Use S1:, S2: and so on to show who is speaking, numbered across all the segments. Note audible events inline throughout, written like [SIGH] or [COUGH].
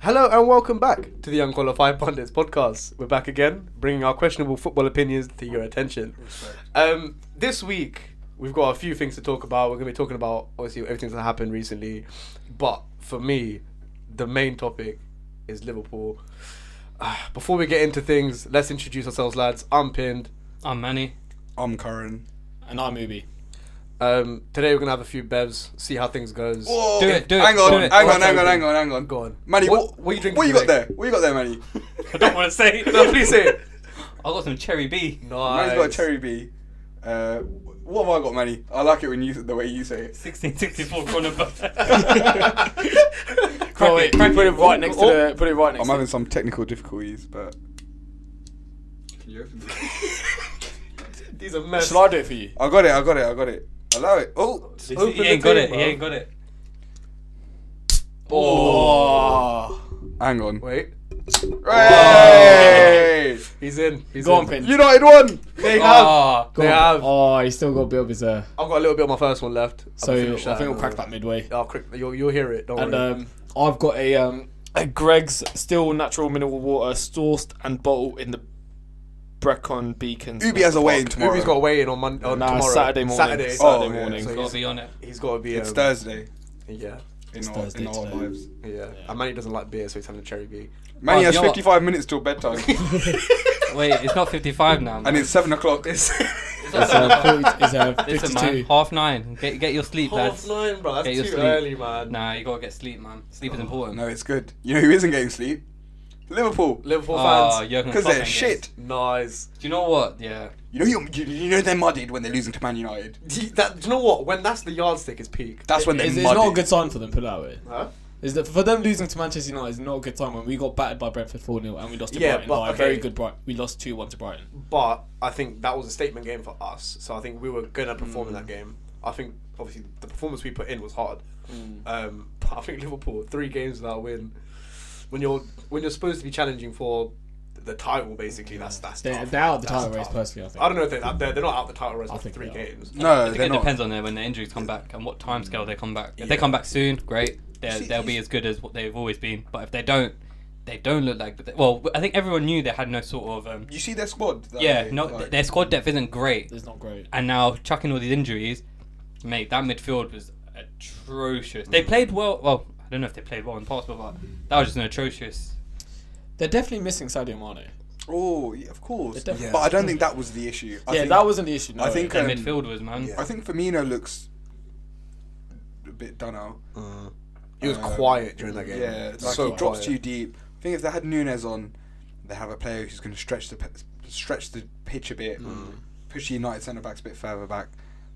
S1: Hello and welcome back to the Unqualified Pundits podcast. We're back again, bringing our questionable football opinions to your attention. Um, this week, we've got a few things to talk about. We're going to be talking about, obviously, everything that's happened recently. But for me, the main topic is Liverpool. Ah, Before we get into things, let's introduce ourselves, lads. I'm Pinned.
S2: I'm Manny.
S3: I'm Curran.
S4: And I'm Ubi.
S1: Um, today, we're going to have a few bevs, see how things goes.
S2: Do it, do it,
S3: Hang on,
S2: do it.
S3: hang on,
S1: What's
S3: hang on,
S1: happening?
S3: hang on, hang on.
S1: Go on.
S3: Manny,
S1: What-
S3: what,
S1: what are you drinking
S3: What you got
S1: today?
S3: there? What you got there, Manny?
S2: I don't want to say.
S1: No, [LAUGHS] [LAUGHS] please say it.
S2: I got some cherry B.
S1: Nice.
S3: Manny's got a cherry bee. Uh, what have I got, Manny? I like it when you the way you say it.
S2: 1664
S3: [LAUGHS]
S4: Oh, wait,
S2: Crack it.
S4: put it right next to the. Put it right next
S3: I'm
S4: to
S3: having some technical difficulties, but
S1: These are
S4: the.
S1: mess.
S4: Shall I do it for you?
S3: [LAUGHS] I got it. I got it. I got it. Allow it. Oh,
S2: He
S1: Open
S2: ain't
S1: the
S2: got it.
S1: table.
S2: He ain't got it.
S4: Oh.
S3: hang on.
S1: Wait,
S3: Hey!
S1: he's in. He's
S4: Go
S1: in.
S4: on, Pin.
S3: United won.
S1: They have.
S2: Ah,
S1: They have.
S4: Oh, he's still got to build his. Uh,
S1: I've got a little bit of my first one left.
S4: so
S1: I'll
S4: I
S1: finish
S4: think we'll
S1: out.
S4: crack that midway.
S1: I'll crack- Oh, you'll, you'll hear it. Don't
S4: And
S1: worry.
S4: um, I've got a um, a Greg's still natural mineral water sourced and bottled in the Brecon Beacons.
S3: Ubi has a
S4: National
S3: way in
S4: Park.
S3: tomorrow.
S1: Ubi's got to weigh in on Monday. On
S4: Nah,
S1: tomorrow.
S4: Saturday morning.
S1: Saturday.
S4: Saturday,
S3: Oh, yeah.
S4: morning.
S1: So
S2: gotta be on it.
S1: He's got to be.
S3: It's
S1: um,
S3: Thursday.
S1: Yeah.
S3: In our,
S4: Thursday
S3: in our
S4: today.
S3: lives.
S1: Yeah. And Manny doesn't like beer, so he's having a cherry bee.
S3: Manny
S2: Oh,
S3: has
S2: you know what?
S3: 55 minutes till bedtime,
S2: Wait, it's not 55 now. Man.
S3: and it's seven o'clock.
S4: [LAUGHS] It's uh, 40, it's uh, 52.
S2: Listen, man, half nine. Get get your sleep, lads.
S1: nine, bro.
S2: Get
S1: That's
S2: your
S1: too
S2: sleep.
S1: early, man.
S2: Nah, you gotta get sleep, man. Sleep is important.
S3: Oh,
S2: Ah,
S3: No, it's good. You know who isn't getting sleep? Liverpool.
S1: Liverpool
S2: Ah,
S1: fans.
S2: Jurgen
S3: Because
S2: Klopp
S3: they're
S2: ain't
S3: shit.
S1: Nice.
S2: it. Do you know what? Yeah.
S3: You know you, you, you know they're muddied when they're losing to Man United.
S1: Do you, [LAUGHS] that, do you know what? When that's the yardstick, is peak.
S3: That's when they're
S4: It's, it's
S3: muddied.
S4: not a good sign for them, put it that way.
S1: Huh?
S4: Is that for them losing to Manchester United is not a good time when we got battered by Brentford 4 0 and we lost to
S1: Yeah,
S4: Brighton
S1: but-
S4: by
S1: okay.
S4: a very good Brighton. We lost 2 1 to Brighton.
S1: But I think that was a statement game for us. So I think we were gonna perform in
S2: Mm.
S1: that game. I think obviously the performance we put in was hard.
S2: Mm.
S1: Um, but I think Liverpool three games without a win. When you're when you're supposed to be challenging for the title, basically that's that's
S4: They're,
S1: tough.
S4: they're out of the
S1: That's
S4: title race,
S1: tough.
S4: personally, I think.
S1: I don't know if they're they're, they're not out the title race after
S4: think
S1: three
S4: they are.
S1: games.
S3: No,
S2: I think
S3: they're
S2: it
S3: not.
S2: depends on their, when the injuries come back and what time scale they come back. If
S1: Yeah.
S2: they come back soon, great. They're,
S3: See,
S2: they'll be
S3: he's-
S2: as good as what they've always been. But if they don't, they don't look like. Well, I think everyone knew they had no sort of. Um,
S3: You see their squad. that
S2: yeah,
S3: day,
S2: no,
S3: like-
S2: their squad depth isn't great.
S4: It's not great.
S2: And now chucking all these injuries, mate, that midfield was atrocious. They played well. Well, I don't know if they played well in the past, but like, that was just an atrocious.
S4: They're definitely missing Sadio Mane.
S3: Oh, yeah, of course.
S4: They're definitely-
S3: But I don't think that was the issue. I
S4: yeah,
S3: think,
S4: that wasn't the issue. No,
S3: I think.
S2: Their
S3: Um,
S2: midfield was man.
S1: yeah.
S3: I think Firmino looks a bit done out.
S1: He was
S3: Um,
S1: quiet during that game.
S3: Yeah, like
S1: so
S3: he drops
S1: quiet.
S3: too deep. I think if they had Nunes on, they have a player who's going to stretch the p- stretch the pitch a bit, push the United centre backs a bit further back,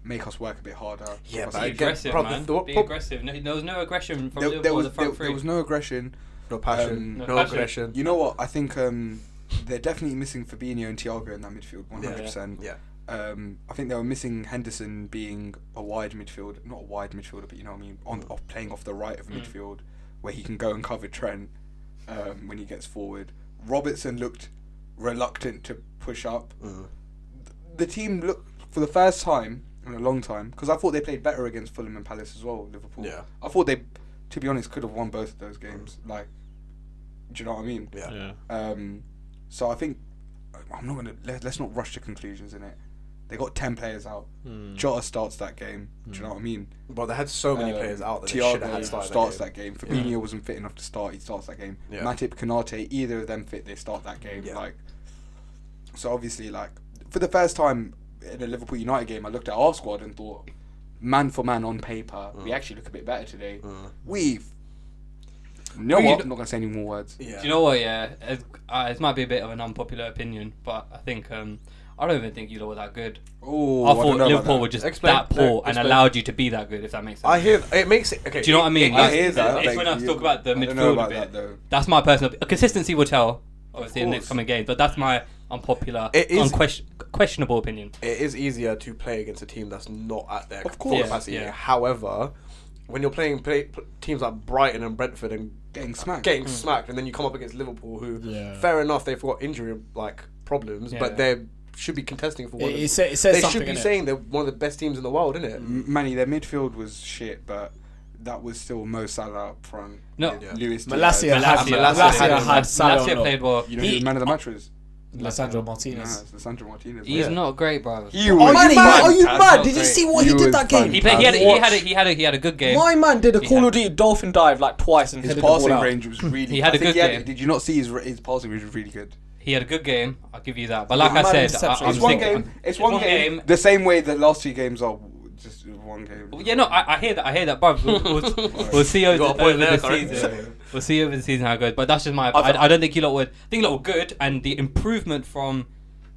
S3: make us work a bit harder.
S1: Yeah,
S3: Us
S1: but
S2: Be
S3: out.
S1: again,
S2: aggressive,
S1: prob-
S2: man.
S1: the- what-
S2: Be
S1: prob-
S2: aggressive. No, there was no aggression from
S3: there,
S2: Liverpool
S3: there was
S2: on the front
S3: there,
S2: three.
S3: there was no aggression.
S1: no passion,
S3: Um,
S1: no,
S2: No passion.
S1: aggression.
S3: You know what? I think um, they're definitely missing Fabinho and Thiago in that midfield, one hundred percent.
S1: Yeah.
S3: Um, I think they were missing Henderson being a wide midfield, not a wide midfielder, but you know what I mean, on off playing off the right of midfield, where he can go and cover Trent um, when he gets forward. Robertson looked reluctant to push up. The team looked for the first time in a long time because I thought they played better against Fulham and Palace as well. Liverpool.
S1: Yeah.
S3: I thought they, to be honest, could have won both of those games. Like, do you know what I mean?
S1: Yeah.
S4: Yeah.
S3: Um, so I think I'm not gonna let, let's not rush to conclusions in it. They got ten players out. Jota starts that game. Do you know what I mean?
S1: Bro, they had so
S2: Uh,
S1: many
S3: Um,
S1: players out that they should have
S3: Thiago
S1: had started
S3: starts
S1: that game.
S3: that game. Fabinho wasn't fit enough to start. He starts that game.
S1: Yeah.
S3: Matip, Kanate, either of them fit. They start that game.
S1: Yeah.
S3: Like, so obviously, like for the first time in a Liverpool United game, I looked at our squad and thought, man for man on paper,
S1: Mm.
S3: we actually look a bit better today. We've. No,
S2: Well, you
S3: what?
S2: d-
S3: I'm not gonna say any more words.
S1: Yeah.
S2: Do you know what? Yeah, it, uh, it might be a bit of an unpopular opinion, but I think um, I don't even think you lot were that good.
S3: Oh,
S2: I
S3: I don't
S2: thought
S3: know about
S2: Liverpool
S3: that.
S2: were just
S1: Explain.
S2: that
S1: No,
S2: poor and
S1: explain.
S2: allowed you to be that good, if that makes sense.
S1: I hear it makes it okay.
S2: Do you know what I mean? [LAUGHS]
S3: I hear that.
S2: It's
S3: like,
S2: when I
S3: you-
S2: talk about the
S3: I don't know
S2: midfield
S3: about
S2: a bit.
S3: that though.
S2: that's my personal consistency will tell, obviously, in the
S3: course.
S2: next coming games. But that's my unpopular,
S1: It is-
S2: unquestion- questionable opinion.
S1: it is easier to play against a team that's not at their
S3: Of
S1: full
S3: course.
S1: capacity.
S2: Yeah.
S1: However, when you're playing play, p- teams like Brighton and Brentford and
S3: Getting smacked.
S1: getting smacked, and then you come up against Liverpool, who
S4: Yeah.
S1: fair enough they've got injury like problems,
S2: Yeah.
S1: but they should be contesting for one.
S4: It-
S1: of-
S4: it sa- it says
S1: they
S4: something,
S1: should be
S4: innit?
S3: Mm.
S1: saying they're one of the best teams in the world, isn't it?
S3: M- Manny, their midfield was shit, but that was still Mo Salah up front.
S2: No.
S3: with
S5: Yeah.
S3: Lewis Diaz.
S4: Malacia had,
S2: Malacia.
S4: Malacia had Salah
S2: Malacia
S4: on
S2: played well.
S3: You know,
S2: He-
S3: he was man of the match was.
S4: Lissandro
S3: Nah,
S4: Martinez.
S3: it's Lisandro Martinez.
S2: He's
S3: Yeah.
S2: not great, bro.
S3: He
S5: Are
S3: was
S5: you mad?
S3: mad.
S5: Are you mad?
S2: That's not
S5: Did you
S2: great.
S5: see what he
S3: You
S5: did
S3: was
S5: that game?
S2: He played. He had. A, he had. A, he had. A, he had a good game.
S5: My man did a
S2: He
S5: Call
S2: had-
S5: of Duty dolphin dive like twice and
S4: His
S3: His
S5: headed the ball
S3: passing
S5: out.
S3: range was really.
S2: He had
S3: I
S2: a
S3: think
S2: good
S3: he had-
S2: game.
S3: Did you not see his his passing range was really good?
S2: He had a good game. I'll give you that. But like
S4: Mad
S2: I said, I,
S4: reception.
S2: I'm
S4: It's
S3: It's one
S2: thinking-
S3: game. It's one game. The same way the last two games are just one game.
S2: Well, yeah, no, I, I hear that. I hear that, but we'll,
S1: [LAUGHS]
S2: we'll, we'll see over,
S1: got a point
S2: over
S1: there,
S2: the
S1: Corinne.
S2: season. We'll see over the season how it goes. But that's just my.
S4: I've-
S2: I, I don't think you lot would. I think you lot were good, and the improvement from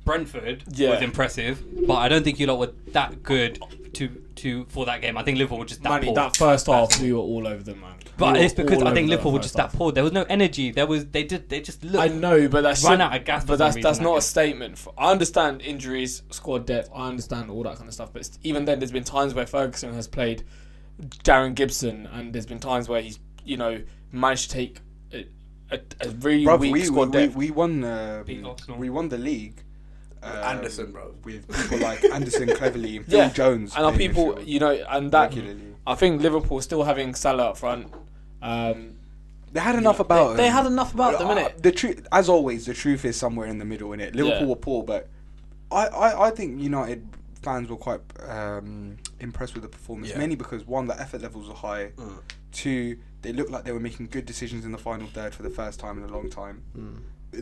S2: Brentford
S4: Yeah.
S2: was impressive. But I don't think you lot were that good to to for that game. I think Liverpool were just that
S4: Manny,
S2: poor.
S4: that first half, we were all over them, man.
S2: but
S4: We were
S2: it's because
S4: all
S2: I
S4: over
S2: think
S4: them
S2: Liverpool were
S4: first
S2: just that
S4: half.
S2: poor. There was no energy. There was they did they just
S4: I
S2: looked.
S4: know, but that's
S2: Run out of gas for
S4: But
S2: some
S4: that's
S2: reason,
S4: that's
S2: I
S4: not a
S2: guess.
S4: statement. For, I understand injuries, squad depth. I understand all that kind of stuff. But it's- even then, there's been times where Ferguson has played Darren Gibson, and there's been times where he's you know managed to take a, a, a really
S3: Bruv,
S4: weak
S3: we,
S4: squad
S3: we, we,
S4: depth.
S3: we won. um,
S2: Beat Arsenal.
S3: we won the league. um,
S1: Anderson, bro.
S3: With people like Anderson, Cleverly, and Phil
S4: Yeah,
S3: Jones,
S4: and our
S3: playing
S4: people,
S3: midfield
S4: you know, and that
S3: regularly.
S4: I think Liverpool still having Salah up front. Um,
S3: They had enough about.
S4: they, they
S3: him.
S4: had enough about them,
S3: Uh,
S4: innit?
S3: The truth, as always, the truth is somewhere in the middle. In it, Liverpool
S4: Yeah.
S3: were poor, but I, I, I think United fans were quite um, impressed with the performance,
S1: Yeah. Mm.
S3: mainly because one, the effort levels were high. Two, they looked like they were making good decisions in the final third for the first time in a long time.
S1: Mm.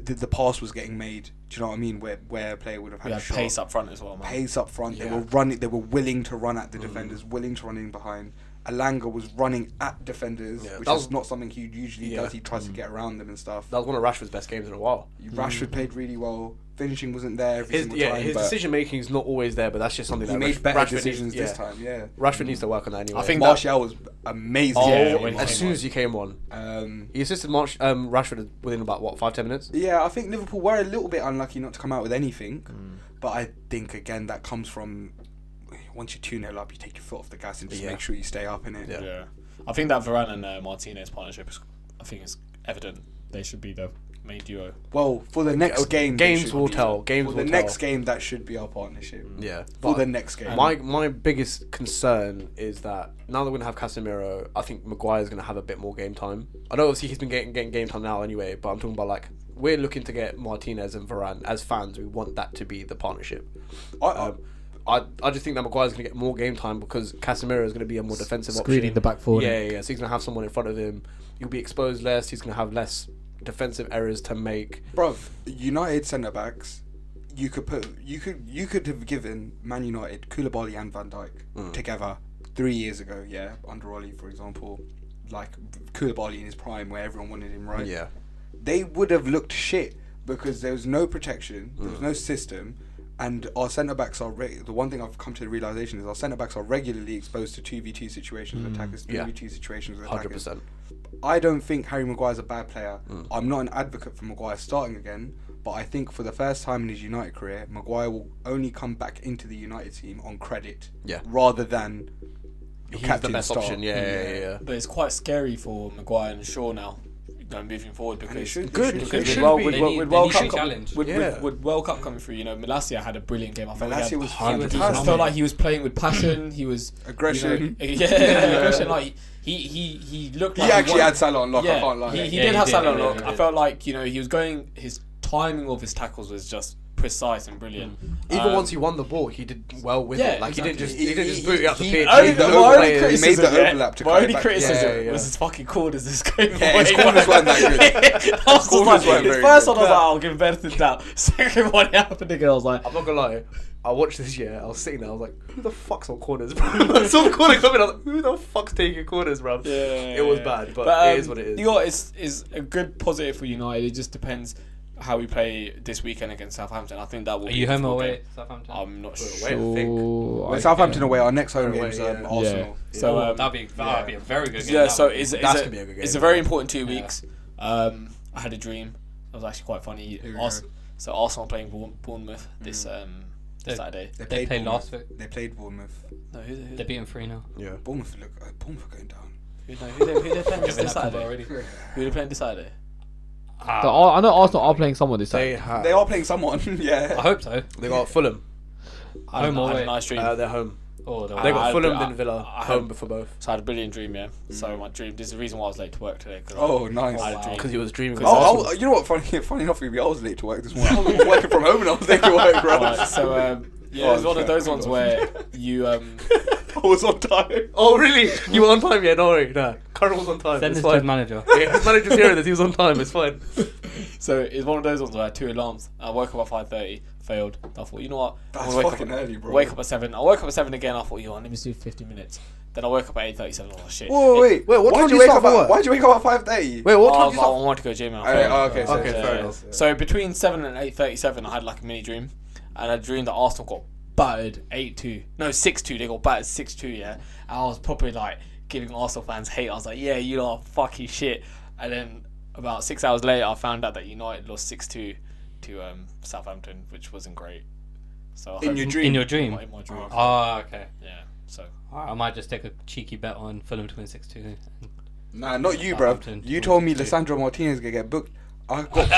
S3: The, the pass was getting made. Do you know what I mean? Where where a player would have had
S4: We
S3: a
S4: had
S3: shot
S4: pace up front as well, man.
S3: pace up front. They
S1: Yeah. Mm.
S3: were running. They were willing to run at the defenders, willing to run in behind. Alanga was running at defenders,
S1: Yeah,
S3: which
S1: that
S3: is
S1: was-
S3: not something he usually
S1: Yeah. Mm.
S3: does. He tries to get around them and stuff.
S1: That was one of Rashford's best games in a while. Mm.
S3: Rashford played really well. Finishing wasn't there every
S1: His,
S3: single
S1: yeah,
S3: time.
S1: his
S3: but
S1: decision making is not always there, but that's just something
S3: he
S1: that
S3: made
S1: Rash-
S3: better
S1: Rashford
S3: decisions
S1: needs, yeah.
S3: this time. Yeah,
S1: Rashford needs to work on that anyway.
S4: I think that-
S3: Martial was amazing.
S1: oh,
S4: Yeah,
S3: today.
S4: when he
S1: as
S4: came
S1: soon
S4: on.
S1: as he came on,
S3: um,
S1: he assisted March, um, Rashford within about what five ten minutes.
S3: yeah, I think Liverpool were a little bit unlucky not to come out with anything,
S1: Mm.
S3: but I think again that comes from once you're two 0 up, you take your foot off the gas and just
S1: Yeah.
S3: make sure you stay up in it.
S1: Yeah.
S4: Yeah, I think that Varane and uh, Martinez partnership is, I think, is evident. They should be the main duo.
S3: Well, for the next game, they
S1: games
S3: should
S1: will
S3: be-
S1: tell. Games
S3: for
S1: will
S3: the
S1: tell.
S3: next game, that should be our partnership.
S1: Yeah,
S3: For
S1: but
S3: the next game,
S1: my my biggest concern is that now that we're gonna have Casemiro, I think Maguire's gonna have a bit more game time. I know obviously he's been getting getting game time now anyway, but I'm talking about like we're looking to get Martinez and Varane as fans. We want that to be the partnership.
S3: I, I,
S1: Um, I, I just think that Maguire's going to get more game time because Casemiro is going to be a more defensive
S4: screening
S1: option.
S4: the back four,
S1: Yeah,
S4: innit?
S1: yeah, yeah. So he's going to have someone in front of him. He'll be exposed less. He's going to have less defensive errors to make.
S3: bruv, United centre backs, you could put, you could, you could have given Man United Koulibaly and Van Dijk
S1: Mm.
S3: together three years ago. Yeah, under Oli, for example, like Koulibaly in his prime, where everyone wanted him, right?
S1: Yeah.
S3: they would have looked shit because there was no protection, there
S1: Mm.
S3: was no system, and our centre backs are re- the one thing I've come to the realization is our centre backs are regularly exposed to two v two situations with attackers, three
S1: Mm. yeah.
S3: v two situations with
S1: Hundred
S3: attackers.
S1: percent.
S3: I don't think Harry Maguire's a bad player.
S1: Mm.
S3: I'm not an advocate for Maguire starting again, but I think for the first time in his United career, Maguire will only come back into the United team on credit,
S1: Yeah.
S3: rather than your
S1: He's
S3: captain Mm,
S1: the best
S3: start.
S1: option. Yeah, yeah, yeah. yeah.
S4: But it's quite scary for Maguire and Shaw now, going moving forward
S3: And it
S4: because
S3: should,
S1: Good,
S3: It should,
S1: it
S4: because with
S1: should
S4: World,
S1: be.
S4: with,
S1: They
S4: World-
S2: need-
S4: with
S2: they
S4: World
S2: need
S4: Cup
S2: to challenge.
S4: com- with,
S1: Yeah.
S4: with, with World Cup coming through, you know, Malacia had a brilliant game. I felt
S3: Malacia
S4: he had
S3: was
S4: hundreds. I
S3: fantastic.
S4: felt like he was playing with passion. He was you know,
S3: Aggression.
S4: [LAUGHS] yeah, aggression. Like he he he looked.
S3: he
S4: like
S3: actually
S4: wanted-
S3: had Salah on lock.
S4: yeah,
S3: I can't lie.
S4: He, he
S2: Yeah,
S4: did
S2: he
S4: have
S2: did,
S4: Salah
S2: he
S4: lock.
S2: did, he
S4: I
S2: did.
S4: felt like you know he was going. His timing of his tackles was just precise and brilliant.
S1: Even
S4: Um,
S1: once he won the ball, he did well with
S4: Yeah,
S1: it. Like he didn't
S4: exactly.
S1: just he, didn't just boot it up the
S3: He-
S1: pitch.
S3: I
S4: only,
S1: He
S3: mean, the
S1: made
S4: my
S1: the
S3: overlap-
S1: players-
S4: only
S3: he made the
S4: criticism, yeah,
S3: overlap to
S4: my
S3: cut
S4: only
S3: it back.
S4: criticism
S1: Yeah, yeah.
S4: was his fucking corners this game.
S3: Yeah, his corners weren't that good.
S4: [LAUGHS] I was just
S3: corners
S4: like,
S3: weren't very
S4: first
S3: good.
S4: one I was like, "Oh, I'll give benefit doubt. [LAUGHS] Second one it happened again, I was like,
S1: I'm not gonna lie. I watched this year. I was sitting there. I was like, "Who the fuck's on corners, bro?" [LAUGHS] I saw the corner coming. I was like, "Who the fuck's taking corners, bro?" it was bad, but, it is
S4: um,
S1: what it is.
S4: You know, it's is a good positive for United. It just depends how we play this weekend against Southampton. I think that will.
S2: Are
S4: be
S2: you
S4: a
S2: home or
S4: difficult
S2: away?
S4: game.
S2: Southampton.
S4: I'm not
S1: We're
S4: sure.
S1: away, I think.
S4: I
S3: Well, Southampton
S4: think-
S3: away. Our next home
S1: Away,
S3: game is um,
S1: yeah.
S3: Arsenal.
S4: Yeah. So um,
S2: that'd be that'd be a very good game.
S4: yeah,
S2: that
S4: so
S2: would be.
S4: it's, it's,
S1: That's
S4: a,
S1: gonna be a good
S4: it's
S1: game,
S4: a very important two
S2: Yeah.
S4: weeks. Um, I had a dream. It was actually quite funny.
S3: Here we
S4: Ars-
S3: go.
S4: so Arsenal playing Bourne- Bournemouth this um
S2: They-
S4: this Saturday.
S3: They
S2: They played
S3: Bournemouth.
S2: last week.
S3: They played Bournemouth.
S4: No, who, who,
S2: They beat him three 0
S1: yeah.
S3: Bournemouth look. Uh, Bournemouth are going down.
S4: who, no, who, they, who they playing this
S2: Given that
S4: Saturday?
S2: already.
S4: Who they playing this Saturday?
S2: Ah,
S6: So I I know Arsenal are playing someone this
S1: They
S6: time.
S1: have.
S3: They are playing someone. [LAUGHS]
S2: I
S3: yeah.
S2: hope so.
S1: They got Fulham.
S4: I had
S2: Home
S4: a-
S2: or
S4: I had a
S2: away?
S4: nice dream.
S1: Uh, they're home.
S2: Oh, the
S1: They
S4: I
S1: got
S4: had-
S1: Fulham
S4: I-
S1: then Villa
S4: I had-
S1: home for both
S4: So I had a brilliant dream, yeah. So my dream. This is the reason why I was late to work today. 'cause I-
S3: Oh, nice.
S4: I had a dream.
S1: because he was dreaming.
S4: Cause
S1: about
S3: Oh, I, you know what? Funny, [LAUGHS] funny enough, maybe I was late to work this morning. I was working from home and I was late to work, bro.
S4: Alright, so um, yeah,
S3: Oh,
S4: it's one of
S3: shit.
S4: those ones where you um,
S3: [LAUGHS] I was on time.
S1: [LAUGHS] Oh really? You were on time? Yeah, no worry. Nah, Carl was on time.
S2: Send
S1: it's
S2: this to his
S1: fine.
S2: [LAUGHS] manager.
S1: Yeah, his manager's hearing this. He was on time. It's fine.
S4: so it's one of those ones where I had two alarms. I woke up at five thirty, failed. I thought, you know what? I'll
S3: That's
S4: wake up
S3: fucking
S4: at-
S3: early, bro.
S4: Wake up at seven. I woke up at seven again. I thought, you know, what, let me do fifty minutes. Then I woke up at eight thirty-seven. Oh shit!
S3: Whoa, wait, wait. What
S1: Why
S3: time
S1: did
S3: did
S1: you
S3: you
S1: wake
S3: wake up
S1: up at-
S3: at? Why did you wake up at five thirty?
S1: Wait, what time
S4: Oh,
S1: did
S4: I,
S1: you start?
S4: wanted to go to gym. and I
S3: Alright,
S4: failed.
S3: oh, okay, so-
S1: Okay,
S4: Yeah.
S1: fair enough.
S4: So between seven and eight thirty-seven, I had like a mini dream, and I dreamed that Arsenal got battered eight-two. No, six-two. They got battered six-two. Yeah, and I was probably like giving Arsenal fans hate. I was like, yeah, you lot are fucking shit. And then about six hours later, I found out that United lost six-two to um, Southampton, which wasn't great. So I
S3: In your
S4: hope-
S3: dream.
S2: In your dream.
S4: in my dream.
S2: Ah, okay.
S4: Yeah. So
S2: Alright, I might just take a cheeky bet on Fulham to win 6
S3: [LAUGHS]
S2: 2.
S3: Nah, not you, bro.
S2: Southampton.
S3: You told me Lissandro Martinez gonna get booked. I got.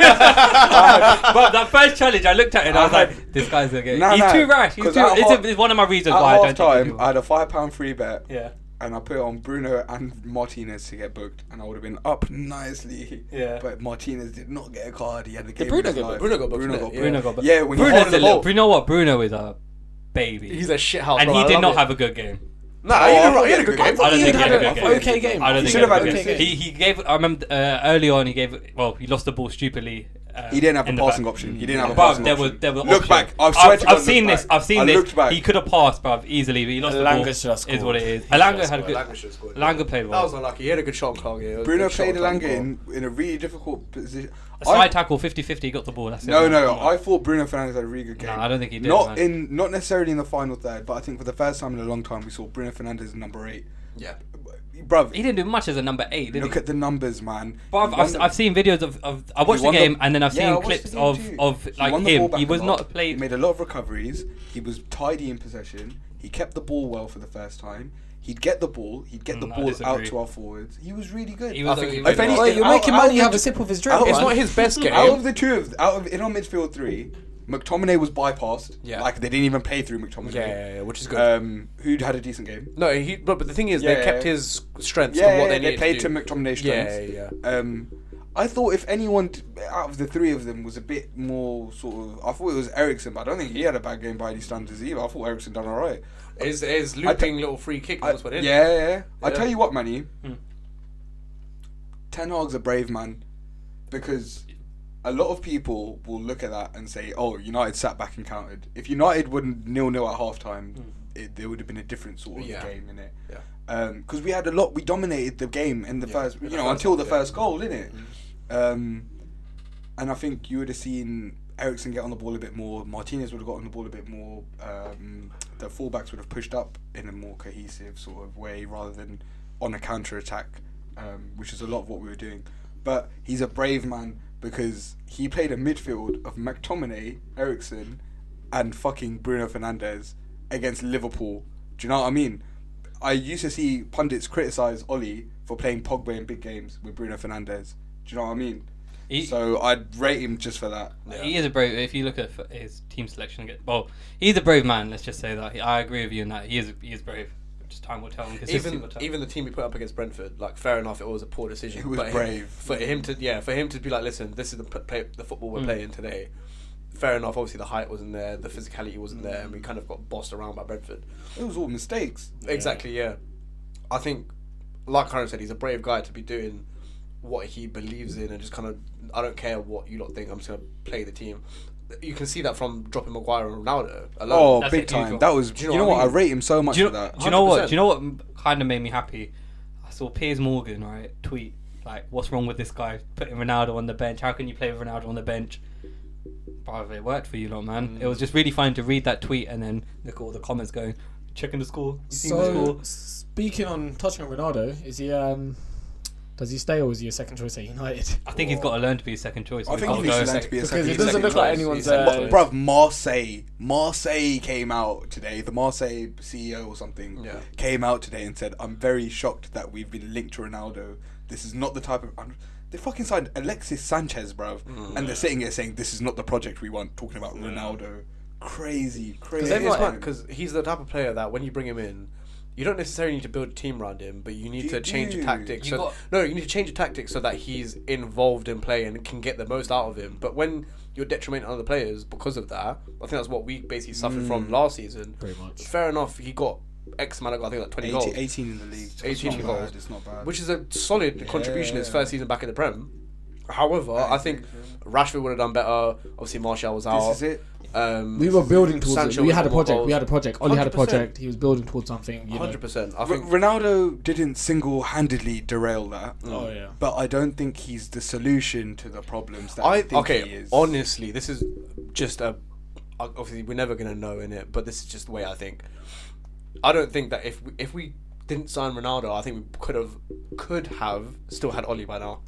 S3: Ah,
S2: [LAUGHS] But that first challenge, I looked at it and I was like, this guy's going to get.
S3: Nah,
S2: he's
S3: nah,
S2: too rash. He's
S3: 'cause
S2: too,
S3: at
S2: it's,
S3: half-
S2: a, it's one of my reasons
S3: At
S2: why I
S3: half
S2: don't take
S3: time,
S2: people.
S3: I had a five pound free bet,
S2: Yeah.
S3: and I put it on Bruno and Martinez to get booked, and I would have been up nicely.
S2: Yeah.
S3: But Martinez did not get a card. He had the game.
S4: Bruno
S3: of his
S4: got
S3: life.
S4: booked?
S1: Bruno got booked,
S3: Bruno
S1: didn't
S3: got
S1: it? Yeah.
S2: Bruno
S3: booked.
S2: got.
S3: Yeah, when you
S1: Bruno's
S3: hold
S1: a
S3: it
S1: little-
S3: up.
S1: ball.
S2: You know what? Bruno is a baby.
S1: He's a shithouse.
S2: and
S1: bro,
S2: he
S1: I
S2: did
S1: love
S2: not
S1: it.
S2: have a good game.
S1: Nah,
S3: Oh,
S1: he
S3: I
S1: didn't-
S3: thought
S1: he had a good game.
S2: I don't
S4: He
S2: think he
S4: had
S2: had
S4: a-
S2: a good
S4: okay
S2: game.
S4: game.
S2: I
S4: He
S2: don't think
S3: should
S2: he
S3: have
S2: had a
S3: had
S2: good
S3: a
S2: game.
S3: okay
S2: He, he gave. I remember uh, early on he gave. Well, he lost the ball stupidly. Uh,
S3: He didn't have
S2: in
S3: a
S2: the back. Mm.
S3: passing option. He didn't have a
S2: Bruv,
S3: passing
S2: there
S3: option.
S2: was there was
S3: Look
S2: option.
S3: back. I swear
S2: I've,
S3: to God,
S2: I've seen
S3: look
S2: this.
S3: back.
S2: I've seen
S3: I
S2: this.
S3: looked back.
S2: He could have passed, bruv, easily, but he lost
S4: Elanga should
S2: the
S4: have
S2: ball. Is
S4: scored.
S2: what it is.
S4: He should
S2: Alanga
S4: have
S2: had a good.
S4: scored.
S2: Alanga played
S1: That was
S2: well.
S1: unlucky. He had a good shot on target. It was a
S3: Bruno
S1: good shot
S3: played
S1: on
S3: Elanga
S1: target.
S3: in, in a really difficult position.
S2: A
S3: I,
S2: side tackle, 50-50, he got the ball. That's it.
S3: no, no, I thought Bruno Fernandes had a really good game.
S2: Nah, I don't think he did,
S3: Not
S2: man.
S3: in, not necessarily in the final third, but I think for the first time in a long time we saw Bruno Fernandes number eight.
S1: Yeah.
S3: Bruv,
S2: He didn't do much as a number eight, did
S3: look
S2: he?
S3: at the numbers, man.
S2: But
S3: He
S2: I've, I've,
S3: won the-
S2: I've seen videos of, of I watched the
S3: won the-
S2: game and then I've
S3: Yeah, I
S2: seen
S3: watched
S2: clips
S3: the game
S2: of,
S3: too.
S2: of
S3: He
S2: like
S3: won the ball
S2: him.
S3: back
S2: He
S3: a
S2: was
S3: lot.
S2: not played.
S3: He made a lot of recoveries. He was tidy in possession. He kept the ball well for the first time. He'd get the ball. He'd get the
S2: Mm, I
S3: ball out
S2: disagree.
S3: to our forwards. He was really good.
S2: He was [LAUGHS] a- he
S1: if
S2: was a-
S1: any-
S4: Well, you're
S3: out-
S4: making
S3: out
S4: money.
S3: of the-
S4: Have a sip of his drink.
S3: out-
S1: It's
S4: man.
S1: not his [LAUGHS] best game.
S3: Out of the two of out of in our midfield three, McTominay was bypassed.
S1: Yeah.
S3: like they didn't even play through McTominay.
S1: yeah, yeah, yeah, which is good.
S3: Um, who'd had a decent game.
S1: no, he. But, but the thing is, they
S3: yeah,
S1: kept
S3: yeah.
S1: his strengths
S3: Yeah,
S1: and what
S3: yeah,
S1: they
S3: they
S1: needed.
S3: played to
S1: do.
S3: McTominay's
S1: Yeah,
S3: strengths.
S1: yeah.
S3: Um, I thought if anyone t- out of the three of them was a bit more sort of, I thought it was Ericsson, but I don't think he had a bad game by any standards either. I thought Ericsson done all right.
S1: His his
S3: I t-
S1: looping little free kick
S3: I-
S1: was what it is.
S3: yeah, yeah, yeah. I
S1: Yeah.
S3: tell you what, Manny.
S2: Hmm.
S3: Ten Hag's a brave man because a lot of people will look at that and say, "Oh, United sat back and countered." If United wouldn't nil nil at half time, it, there would have been a different sort of
S1: Hmm. Yeah.
S3: game in it.
S1: Yeah.
S3: Because we had a lot, we dominated the game in the
S1: Yeah,
S3: first,
S1: in
S3: you
S1: the
S3: know,
S1: first
S3: until
S1: half,
S3: the
S1: yeah. Hmm.
S3: first goal, didn't it? Um, and I think you would have seen Ericsson get on the ball a bit more. Martinez would have got on the ball a bit more. Um, the fullbacks would have pushed up in a more cohesive sort of way rather than on a counter attack, um, which is a lot of what we were doing. But he's a brave man because he played a midfield of McTominay, Ericsson, and fucking Bruno Fernandez against Liverpool. Do you know what I mean? I used to see pundits criticise Oli for playing Pogba in big games with Bruno Fernandez. Do you know what I mean?
S2: He-
S3: so I'd rate him just for that.
S2: He is a brave. If you look at f- his team selection, again- well, he's a brave man. Let's just say that. He- I agree with you in that. He is. He is brave. Just time will tell. And consistency
S1: Even
S2: will tell.
S1: even the team he put up against Brentford, like fair enough, it was a poor decision.
S3: [LAUGHS] It was
S1: but him-
S3: brave.
S1: for him to yeah, for him to be like, listen, this is the p- play, the football we're playing today. Fair enough. Obviously, the height wasn't there, the physicality wasn't there,
S3: Hmm.
S1: and we kind of got bossed around by Brentford.
S3: It was all mistakes.
S1: Exactly. Yeah, I think, like Karen said, he's a brave guy to be doing what he believes in and just kind of I don't care what you lot think. I'm just gonna play the team. You can see that from dropping Maguire and Ronaldo
S3: Oh,
S1: alone.
S2: That's
S3: big
S2: it, usual.
S3: time. That was.
S1: Do
S3: you know, what? I,
S1: mean?
S3: rate him so much
S2: do you,
S3: for that.
S2: do you know what?
S1: 100%.
S2: Do you know what kind of made me happy? I saw Piers Morgan right tweet like, "What's wrong with this guy putting Ronaldo on the bench? How can you play with Ronaldo on the bench?" Brother, it worked for you lot, man. It was just really fun to read that tweet and then look at all the comments going, checking the score, you seen the
S4: So
S2: score.
S4: speaking on touching on Ronaldo, is he um does he stay or is he a second choice at United?
S2: I think he's got to learn to be a second choice.
S3: I
S2: We
S3: think
S2: can't
S3: he
S2: go-
S3: needs to learn to be a
S4: Because
S3: second.
S4: it doesn't
S3: second
S4: look like
S3: choice.
S4: anyone's,
S3: He's a-
S4: uh,
S3: Bruv, Marseille, Marseille came out today. The Marseille CEO or something
S1: Yeah.
S3: came out today and said, "I'm very shocked that we've been linked to Ronaldo. This is not the type of." I'm, they fucking signed Mm. Alexis Sanchez, bruv, and they're sitting here saying, "This is not the project we want." Talking about Ronaldo. crazy, crazy.
S1: Because
S3: It is
S1: everyone,
S3: mad.
S1: because he's the type of player that when you bring him in, you don't necessarily need to build a team around him, but you need
S3: You
S1: to change your
S3: do.
S1: tactics. So,
S2: You got-
S1: no, you need to change your tactics so that he's involved in play and can get the most out of him. But when you're detrimenting other players because of that, I think that's what we basically suffered
S3: Mm.
S1: from last season.
S4: Pretty much.
S1: Fair enough, he got X amount of, I think, like 20 goals.
S3: 18, 18 in the league.
S1: 18
S3: it's not
S1: goals.
S3: Bad. It's not bad.
S1: which is a solid contribution his
S3: Yeah.
S1: first season back in the Prem. However, I think Rashford would have done better. Obviously, Martial was out.
S3: this is it.
S1: Um,
S4: We were building towards
S1: Sancho
S4: it. We
S1: was
S4: had a
S1: more
S4: project.
S1: goals.
S4: We had a project. Ollie had a
S1: 100%.
S4: project. He was building towards something. You know.
S1: Hundred percent. I
S3: R-
S1: think
S3: Ronaldo didn't single-handedly derail that.
S4: Oh yeah.
S3: But I don't think he's the solution to the problems that I,
S1: I
S3: think
S1: okay.
S3: he is.
S1: Honestly, this is just a. uh, Obviously, we're never gonna know in it, but this is just the way I think. I don't think that if we, if we didn't sign Ronaldo, I think we could have could have still had Oli by now.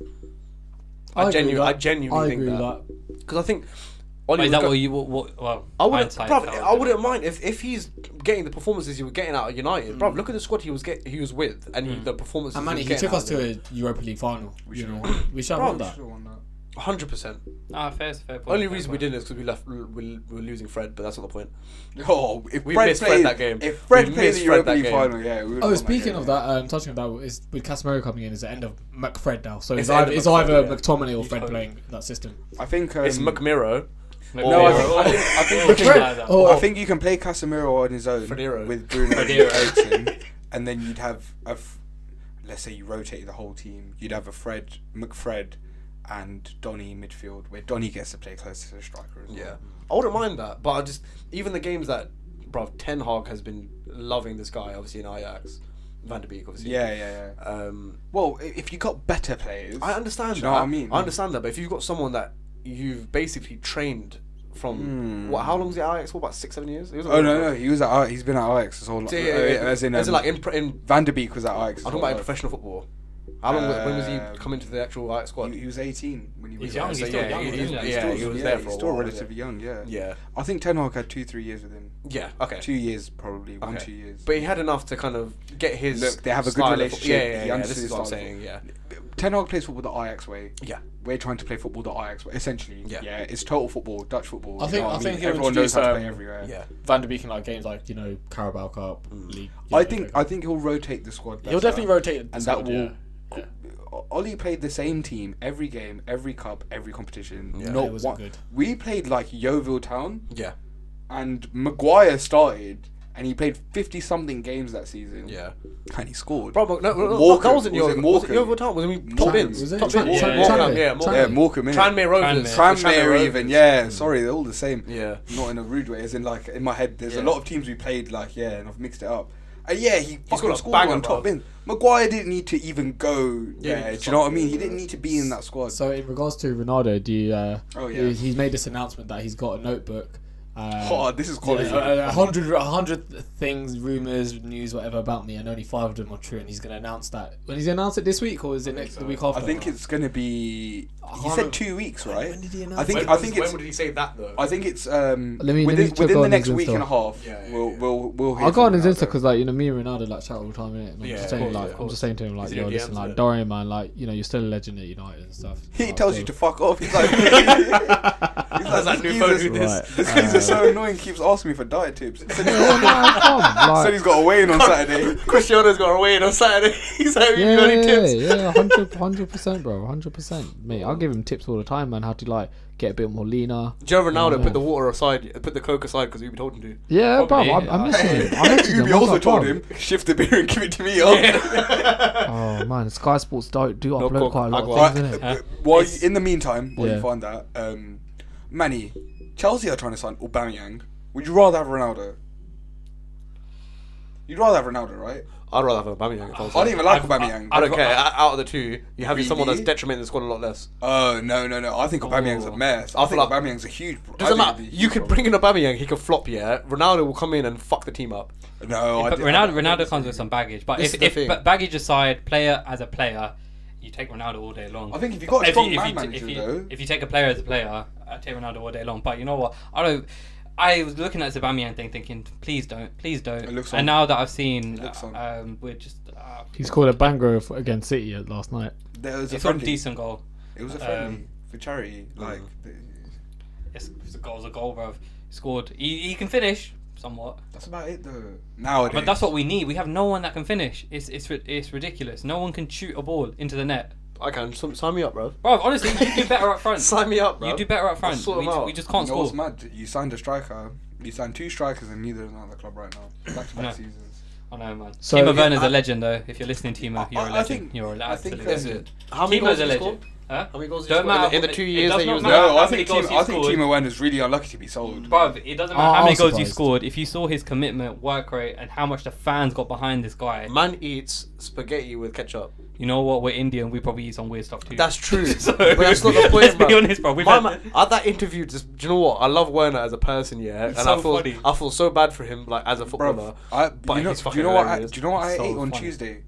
S1: I,
S4: agree
S1: genu-
S4: with
S1: I
S4: that.
S1: genuinely
S4: I
S1: think
S4: agree with
S1: that because I think Oli.
S2: Is
S1: would
S2: that
S1: go-
S2: what you? What, what, well,
S1: I wouldn't,
S2: hindsight
S1: bruv,
S2: tells,
S1: I
S2: innit?
S1: wouldn't mind if, if he's getting the performances he was getting out of United. Bruv, look at the squad he was get he was with and
S2: Hmm.
S1: he, the performances.
S4: And man,
S1: he, was
S4: he
S1: getting
S4: took
S1: out
S4: us
S1: of
S4: to a Europa League final. We should
S3: should've
S4: have. We should have won that.
S1: it. Hundred percent.
S2: Nah, fair, fair point.
S1: Only
S2: fair
S1: reason we
S2: point.
S1: didn't is because we left. We, we were losing Fred, but that's not the point.
S3: Oh, if
S1: We
S3: Fred
S1: missed Fred
S3: played
S1: that game.
S3: If Fred
S1: We
S3: plays
S1: missed
S3: the
S1: Fred
S3: Europa
S1: that
S3: League
S1: game.
S3: final, yeah. we would've won
S4: Oh,
S3: that
S4: speaking
S3: game.
S4: of that, um, touching on that, it's, with Casemiro coming in, it's the end of McFred now. So
S1: It's
S4: it's,
S1: the end
S4: either,
S1: of
S4: it's
S1: McFred,
S4: either
S1: yeah.
S4: McTominay or Fred
S2: hope.
S4: playing that system.
S3: I think um,
S1: it's McMiro.
S2: Maybe
S1: No,
S2: we
S1: I
S2: were-
S1: think-
S3: I think- I think-
S2: we should
S4: Fred-
S2: buy that.
S3: I
S4: oh,
S3: think you can play Casemiro on his own
S1: Fredero.
S3: with Bruno and
S2: Fredero.
S1: [LAUGHS]
S3: Eriksen, and then you'd have a, f- let's say you rotate the whole team. You'd have a Fred, McFred, and Donny in midfield, where Donny gets to play closer to the striker as well.
S1: Yeah, I wouldn't mind that, but I just even the games that, bruv, Ten Hag has been loving this guy. Obviously in Ajax, Van der Beek, obviously.
S3: yeah, yeah, yeah.
S1: Um,
S3: Well, i- if you got better players,
S1: I understand
S3: Do you
S1: that.
S3: know what I mean?
S1: I understand that, but if you've got someone that you've basically trained from
S3: Hmm.
S1: what? How long's the Ajax? What about six, seven years? It was
S3: Oh no, no, he was at Ar- he's been at Ajax his whole life.
S1: Yeah, yeah, yeah.
S3: As in,
S1: As in,
S3: um,
S1: like in, pr- in
S3: Van der Beek was at Ajax. his
S1: I'm talking
S3: whole
S1: about in
S3: life.
S1: professional football. How long? was- when was
S3: Um,
S1: he come into the actual Ajax squad?
S3: He, he was 18 when he was
S2: young,
S3: there,
S2: he's
S3: so
S2: still
S3: yeah,
S2: young,
S3: he-
S2: isn't
S3: he's-
S2: he?
S3: he's
S1: Yeah,
S3: still-
S1: he was
S3: yeah,
S1: there
S3: he's
S1: for a
S3: still
S1: while,
S3: relatively young. Yeah.
S1: yeah,
S3: I think Ten Hag had two, three years with him.
S1: yeah, okay.
S3: Two years probably, one,
S1: Okay.
S3: two years.
S1: But he had enough to kind of get his.
S3: Look, they have a good
S1: style of
S3: relationship.
S1: football. Yeah, yeah,
S3: He
S1: yeah,
S3: understood
S1: This is
S3: his
S1: what I'm
S3: style of
S1: saying. Yeah,
S3: Ten Hag plays football the Ajax way.
S1: yeah.
S3: We're trying to play football the Ajax way, essentially.
S1: Yeah.
S3: it's total football, Dutch football.
S4: I
S3: you
S4: think-
S3: know what
S4: I think
S3: mean?
S4: he'll
S3: everyone knows how to
S4: introduce,
S3: play
S4: um,
S3: everywhere.
S1: Yeah.
S4: Van der Beek in like games like you know Carabao Cup,
S1: Mm.
S4: League. you
S3: I
S4: know,
S3: think
S4: like-
S3: I think he'll rotate the squad. better.
S4: he'll definitely rotate, the
S3: and
S4: squad,
S3: that
S4: yeah.
S3: will. Ollie played the same team every game, every cup, every competition. Not
S4: It wasn't
S3: one.
S4: good.
S3: We played like Yeovil Town,
S1: Yeah,
S3: and Maguire started, and he played fifty something games that season.
S1: yeah.
S3: and he scored.
S1: Bro, no, no, no,
S3: Morecambe.
S1: that wasn't
S3: Was
S1: your.
S3: it
S1: Was it
S3: Morecambe?
S1: your time? Was it top
S3: Morecambe.
S1: bins?
S4: Was it?
S1: Top bins.
S4: Yeah,
S1: Morecambe,
S2: yeah.
S1: Morecambe, yeah,
S4: Yeah,
S3: yeah,
S1: Morecambe.
S3: Morecambe. innit?
S1: Tranmere Rovers.
S2: Tranmere.
S1: Tranmere
S3: Tranmere
S1: Rovers.
S3: even, yeah. Sorry, they're all the same.
S1: Yeah.
S3: Not in a rude way, as in like in my head. There's
S1: Yeah.
S3: a lot of teams we played like yeah, and I've mixed it up. Uh, yeah, he fucking
S1: got a
S3: scored
S1: banger,
S3: on
S1: bro.
S3: top in. Maguire didn't need to even go.
S1: Yeah,
S3: Yeah,
S1: he
S3: do
S1: just
S3: you know what I
S1: fucking-
S3: mean? He didn't need to be in that squad.
S4: So in regards to Ronaldo, do you, uh,
S3: Oh, yeah.
S4: he- he's made this announcement that he's got a notebook. Uh,
S3: oh, this is quality.
S4: yeah, a- a- a hundred, a hundred things, rumors, news, whatever about me, and only five of them are true. And he's going to announce that. When he's announce it this week, or is it next the week
S3: I
S4: after?
S3: think it's gonna be. He
S4: can't
S3: said
S4: remember-
S3: two weeks,
S4: When-
S3: right?
S4: when did he
S3: I
S4: announce
S3: think
S4: it?
S3: I think it's
S1: did he say that though? [LAUGHS]
S3: I think it's um
S6: Let me- let me
S3: within,
S6: check
S3: within the
S6: on his
S3: next week
S6: Insta.
S3: and a half.
S1: Yeah, yeah,
S3: we'll,
S1: yeah.
S3: we'll we'll hear.
S6: I go on
S3: from
S6: his
S3: Ronaldo.
S6: Insta because like you know me and Ronaldo like chat all the time innit? and I'm
S1: Yeah,
S6: just
S1: of
S6: saying
S1: course,
S6: like
S1: yeah.
S6: I'm just saying to him like
S1: in your
S6: yo listen
S1: DMs, innit?
S6: like don't worry man like you know you're still a legend at United and stuff.
S3: He
S6: Like,
S3: tells
S6: so-
S3: you to fuck off. He's
S6: [LAUGHS]
S3: like, he's like
S1: that new
S3: "This geezer's-
S1: phone who this-
S6: Right.
S3: This geezer so annoying keeps asking me for diet
S6: [LAUGHS]
S3: tips. Said he's
S6: Oh,
S3: got,
S6: no, I come,
S3: said
S6: [LAUGHS] like,
S3: he's got a weigh-in
S1: [LAUGHS]
S3: on Saturday.
S1: Cristiano's got away on Saturday. [LAUGHS] He's like,
S6: yeah,
S1: you got any
S6: yeah,
S1: tips?
S6: yeah, yeah, 100 percent, bro, hundred percent, mate. I'll give him tips all the time, man. How to like get a bit more leaner.
S1: [LAUGHS] Joe Ronaldo
S6: Yeah.
S1: put the water aside, put the coke aside because we were told him to.
S6: Yeah, bro,
S2: Probably,
S6: I'm,
S2: yeah.
S6: I'm missing him.
S3: [LAUGHS]
S6: I'm missing him.
S3: Ubi
S6: I was
S3: also
S6: like,
S3: told
S6: bruv,
S3: him, shift the beer and give it to me. Yeah.
S6: Oh man, Sky Sports do, do upload
S1: coke,
S6: quite a lot
S1: agua.
S6: of things, innit?
S2: Huh?
S3: While you, in the meantime, while you
S6: Yeah.
S3: find that, um, Manny, Chelsea are trying to sign Aubameyang. Would you rather have Ronaldo? You'd rather have Ronaldo, right?
S1: I'd rather have Aubameyang. If I, was
S3: I don't even like
S1: I,
S3: Aubameyang.
S1: I don't care. O- Out of the two, you have
S3: Really?
S1: someone that's detrimenting the squad a lot less.
S3: Oh no no no! I think Aubameyang's
S2: Oh.
S3: a mess. I
S1: I
S3: think
S1: feel like-
S3: Aubameyang's a huge. I
S1: Doesn't
S3: think it'd
S1: matter.
S3: be a
S1: You
S3: huge
S1: could bring in Aubameyang, he could flop. Yeah, Ronaldo will come in and fuck the team up.
S3: problem. No, I
S2: But
S3: did-
S2: Ronaldo, Ronaldo comes with some baggage. But
S1: This is
S2: if,
S1: the
S2: if
S1: thing.
S2: but baggage aside, player as a player, you take Ronaldo all day long.
S3: I think if you've got a
S2: If
S3: strong
S2: you- if
S3: man
S2: you t-
S3: manager,
S2: if you,
S3: though-
S2: if you take a player as a player, I take Ronaldo all day long. But you know what? I don't. I was looking at the Aubameyang thing, thinking, please don't, please don't.
S3: It looks on.
S2: and now that I've seen,
S3: looks on.
S2: um, we're just. Uh,
S6: He's called a banger f- against City at- last night.
S3: There was a
S2: it's got a
S3: friendly.
S2: decent goal.
S3: It was a
S2: um,
S3: friendly for charity. Like,
S2: It's, it's a goal's a goal, bro. scored. He, he can finish somewhat,
S3: That's about it though. Nowadays.
S2: but that's what we need. We have no one that can finish. It's it's ri- it's ridiculous. No one can shoot a ball into the net.
S1: I can. Some, sign me up, bro.
S2: Bro, honestly, you do better up
S3: [LAUGHS]
S1: [LAUGHS]
S2: front.
S1: Sign me up, bro.
S2: You do better up
S1: I'll
S2: front.
S1: sort
S2: We,
S1: 'em out.
S2: we just can't
S3: you know what's
S2: score.
S3: mad? You signed a striker. You signed two strikers, and neither is not at the club right now. Back to
S2: No.
S3: back seasons.
S2: I know, man.
S6: So-
S2: Timo Werner's
S3: I-
S2: a legend, though. If you're listening, Timo, you're a
S3: I- I
S2: legend.
S3: think-
S2: you're a
S3: I think,
S2: legend.
S3: uh, Is it?
S1: How many
S2: Timo's
S1: goals
S2: a
S1: did he score?
S2: legend. Huh?
S1: How many goals did he score
S2: Don't
S1: in the-
S2: matter
S1: in the
S2: what-
S1: two
S2: it
S1: years
S2: does
S1: that he
S2: not
S1: was
S2: matter
S1: there?
S3: No,
S2: how
S3: I
S2: many
S3: think
S2: goals
S3: Timo,
S2: he
S3: I think
S2: scored.
S3: Timo Werner's really unlucky to be sold.
S2: Bruv, it doesn't matter
S6: Oh,
S2: how
S6: I
S2: many
S6: was
S2: goals he
S6: surprised.
S2: scored. If you saw his commitment, work rate, and how much the fans got behind this guy,
S1: Man eats spaghetti with ketchup.
S2: you know what? We're Indian. We probably eat some weird stuff too.
S1: That's
S2: [LAUGHS]
S1: true.
S2: So-
S1: but that's not the point,
S2: Let's
S1: bro.
S2: be honest, bro. We've
S1: My
S2: had-
S1: man- at that interview, just do you know what? I love Werner as a person, yeah, and
S2: He's so
S1: I feel
S2: funny.
S1: I feel so bad for him, like as a footballer.
S3: Bro, I,
S1: but
S3: you know,
S1: he's
S3: do
S1: fucking
S3: you know what? I,
S1: hilarious.
S3: do you know what I
S2: He's so
S3: ate on
S2: funny.
S3: Tuesday?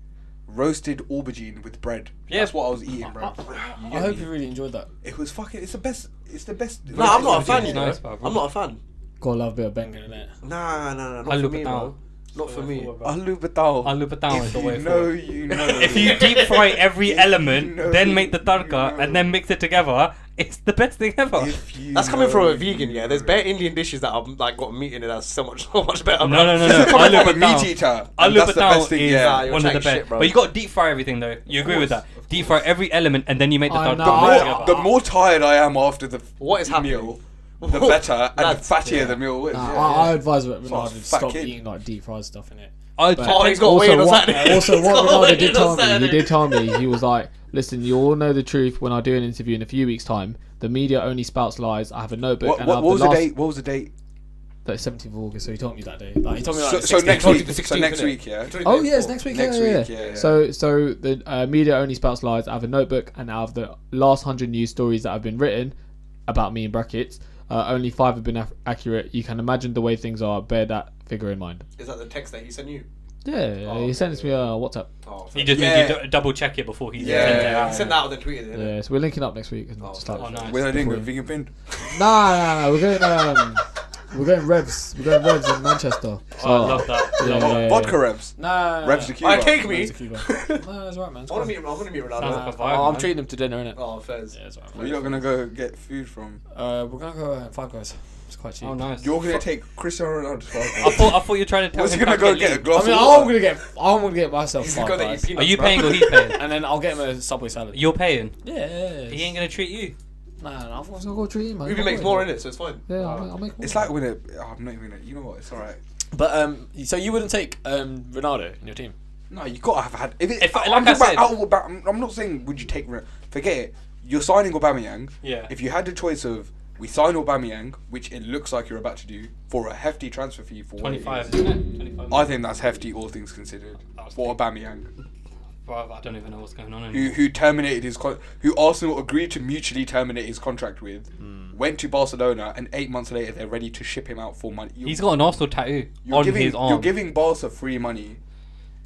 S3: Roasted aubergine with bread.
S2: Yeah.
S3: That's what I was eating, bro. You
S4: I
S3: get
S4: hope
S3: me?
S4: you really enjoyed that.
S3: It was fucking. It's the best. It's the best.
S1: No, I'm not a
S3: roasted
S1: fan.
S3: aubergine.
S1: You know,
S2: Nice, bro.
S1: I'm not a fan.
S4: Gotta love a bit of banging in it.
S1: Nah, nah, nah,
S2: I
S1: not for
S2: look
S1: me,
S2: it
S1: bro.
S2: down.
S1: Not for me.
S3: Aloo Batao.
S2: Aloo Batao
S3: If
S2: is the
S3: you
S2: way
S3: know,
S2: forward.
S3: you know.
S2: if you deep fry every
S3: If you
S2: element,
S3: know-
S2: then make the tarka,
S3: you know.
S2: and then mix it together, it's the best thing ever.
S3: If you
S1: That's coming from
S3: know,
S1: a vegan,
S3: you
S1: yeah. There's
S3: know.
S1: bare Indian dishes that I've like got meat in it. That's so much, [LAUGHS] so much better.
S2: No,
S1: bro.
S2: no, no,
S3: This
S1: [LAUGHS]
S2: no.
S3: is coming
S2: Aloo
S3: from a
S2: Batao.
S3: meat eater. and
S2: Aloo
S3: that's the
S2: Patel
S3: best
S2: is
S3: thing.
S1: Nah,
S3: Yeah.
S1: you're
S2: one of the
S1: chatting
S2: best.
S1: shit, bro.
S2: but you got to deep fry everything though. You agree with
S3: course,
S2: that?
S3: of
S2: Deep fry every element and then you make the
S6: I
S2: tarka mix
S6: know. Yeah,
S3: More-
S2: together.
S3: The more tired I am after the
S1: What is happening?
S3: meal, the better and the
S1: Lads,
S3: fattier
S1: yeah.
S3: the meal is.
S6: Nah,
S3: yeah,
S6: I, I
S3: yeah.
S6: advise that
S3: So I
S6: Ronaldo
S3: was
S6: to stop
S3: fucking-
S4: Eating like deep fried stuff in it.
S2: I
S4: But-
S1: Oh, he's got
S6: also,
S1: away on
S6: what, uh,
S1: Saturday.
S6: [LAUGHS] also,
S1: [LAUGHS] He's
S6: what
S1: got away
S6: Ronaldo did
S1: on
S6: tell me, he
S1: Saturday. [LAUGHS]
S6: did tell me, he was like, "Listen, you all know the truth. When I do an interview in a few weeks' time, the media only spouts lies. I have a notebook,
S3: What,
S6: and
S3: what,
S6: I have
S3: what was
S6: the
S3: the
S6: last
S3: date? What was the date?
S6: the 17th of August."
S4: So he told me that day. Like he told me like
S3: So,
S4: the
S3: so
S4: 16th.
S3: next
S1: told you
S3: week.
S1: the
S3: So
S1: 16th,
S3: next
S1: innit?
S3: week, yeah.
S6: Oh yeah, it's next week.
S3: Next
S6: yeah, yeah,
S3: week,
S6: yeah.
S3: yeah, yeah.
S6: So, so the uh, media only spouts lies. I have a notebook, and out of the last hundred news stories that have been written about me in brackets, uh, only five have been af- accurate. You can imagine the way things are. Bear that figure in mind. Oh,
S1: Is that the text that he sent you?
S6: Yeah, he sends me a WhatsApp.
S1: Oh,
S2: He just
S3: Yeah.
S2: made you d- double check it before he
S3: Yeah.
S2: sent it
S1: yeah,
S2: out.
S1: he sent that out and then tweeted it.
S6: Yeah, so we're linking up next week. And
S1: Oh,
S6: just like,
S2: Oh, nice.
S3: What are they doing with vegan pinned?
S6: Nah, nah, nah, we're going. Um, we're going Revs. We're going Revs in Manchester.
S2: Oh, I love
S3: [LAUGHS]
S2: that.
S6: Yeah,
S2: Love that.
S6: yeah,
S3: Vodka revs.
S4: Nah, nah,
S3: Revs the
S4: nah.
S3: Cuba.
S1: Alright, take me.
S4: Revs
S1: [LAUGHS]
S4: to Cuba. No, that's right, man. it's
S1: I want to
S4: fine.
S1: meet. I want to meet
S2: Sounds
S1: Ronaldo.
S2: like a
S4: Nah,
S3: Oh,
S2: vibe,
S4: Oh, I'm
S2: man.
S4: treating him to dinner, innit?
S1: Oh, Fez.
S4: Yeah, that's right.
S3: You're not gonna go get food from.
S4: Uh, we're gonna go uh, Five Guys. It's quite cheap.
S2: Oh, nice.
S3: You're gonna take Cristiano Ronaldo's [LAUGHS]
S2: I thought I thought you were trying to tell
S3: Was he
S2: him [LAUGHS]
S3: gonna
S2: to
S3: go
S2: leave.
S3: get a
S4: I
S3: glass
S4: mean,
S3: of
S4: I'm
S3: water?
S4: gonna get, I'm gonna get myself
S1: He's
S4: Five
S1: gonna go eat
S4: Guys,
S1: peanuts.
S2: Are you
S1: bro.
S2: paying or he paying?
S3: [LAUGHS]
S4: and then I'll get him a Subway salad.
S2: You're paying.
S4: Yeah,
S2: He ain't gonna treat you.
S4: Nah, nah, I've got
S6: I'll go treat him, man.
S1: Ruby makes more in it, so it's fine.
S6: Yeah, I'll, make- I'll make more.
S3: It's like when it. oh, I'm not even. Gonna, you know what? It's alright.
S4: But um, so you wouldn't take um Ronaldo in your team?
S3: No, you gotta have had. If it,
S2: If-
S3: I-
S2: like
S3: I'm,
S2: I
S3: talking about
S2: said-
S3: out of Aubame- I'm, I'm not saying would you take. Re- Forget it. You're signing Aubameyang.
S2: Yeah.
S3: If you had the choice of we sign Aubameyang, which it looks like you're about to do, for a hefty transfer fee for what it
S2: Twenty five,
S3: is,
S2: isn't it? Twenty five.
S3: I think that's hefty, all things considered.
S2: That's
S3: For Aubameyang,
S2: Bruv, I don't even know what's going on
S3: who
S2: anymore.
S3: who terminated his con- who Arsenal agreed to mutually terminate his contract with, went to Barcelona, and eight months later they're ready to ship him out for money. You're,
S2: He's got an Arsenal tattoo
S3: you're
S2: on
S3: giving,
S2: his arm.
S3: You're giving Barca free money.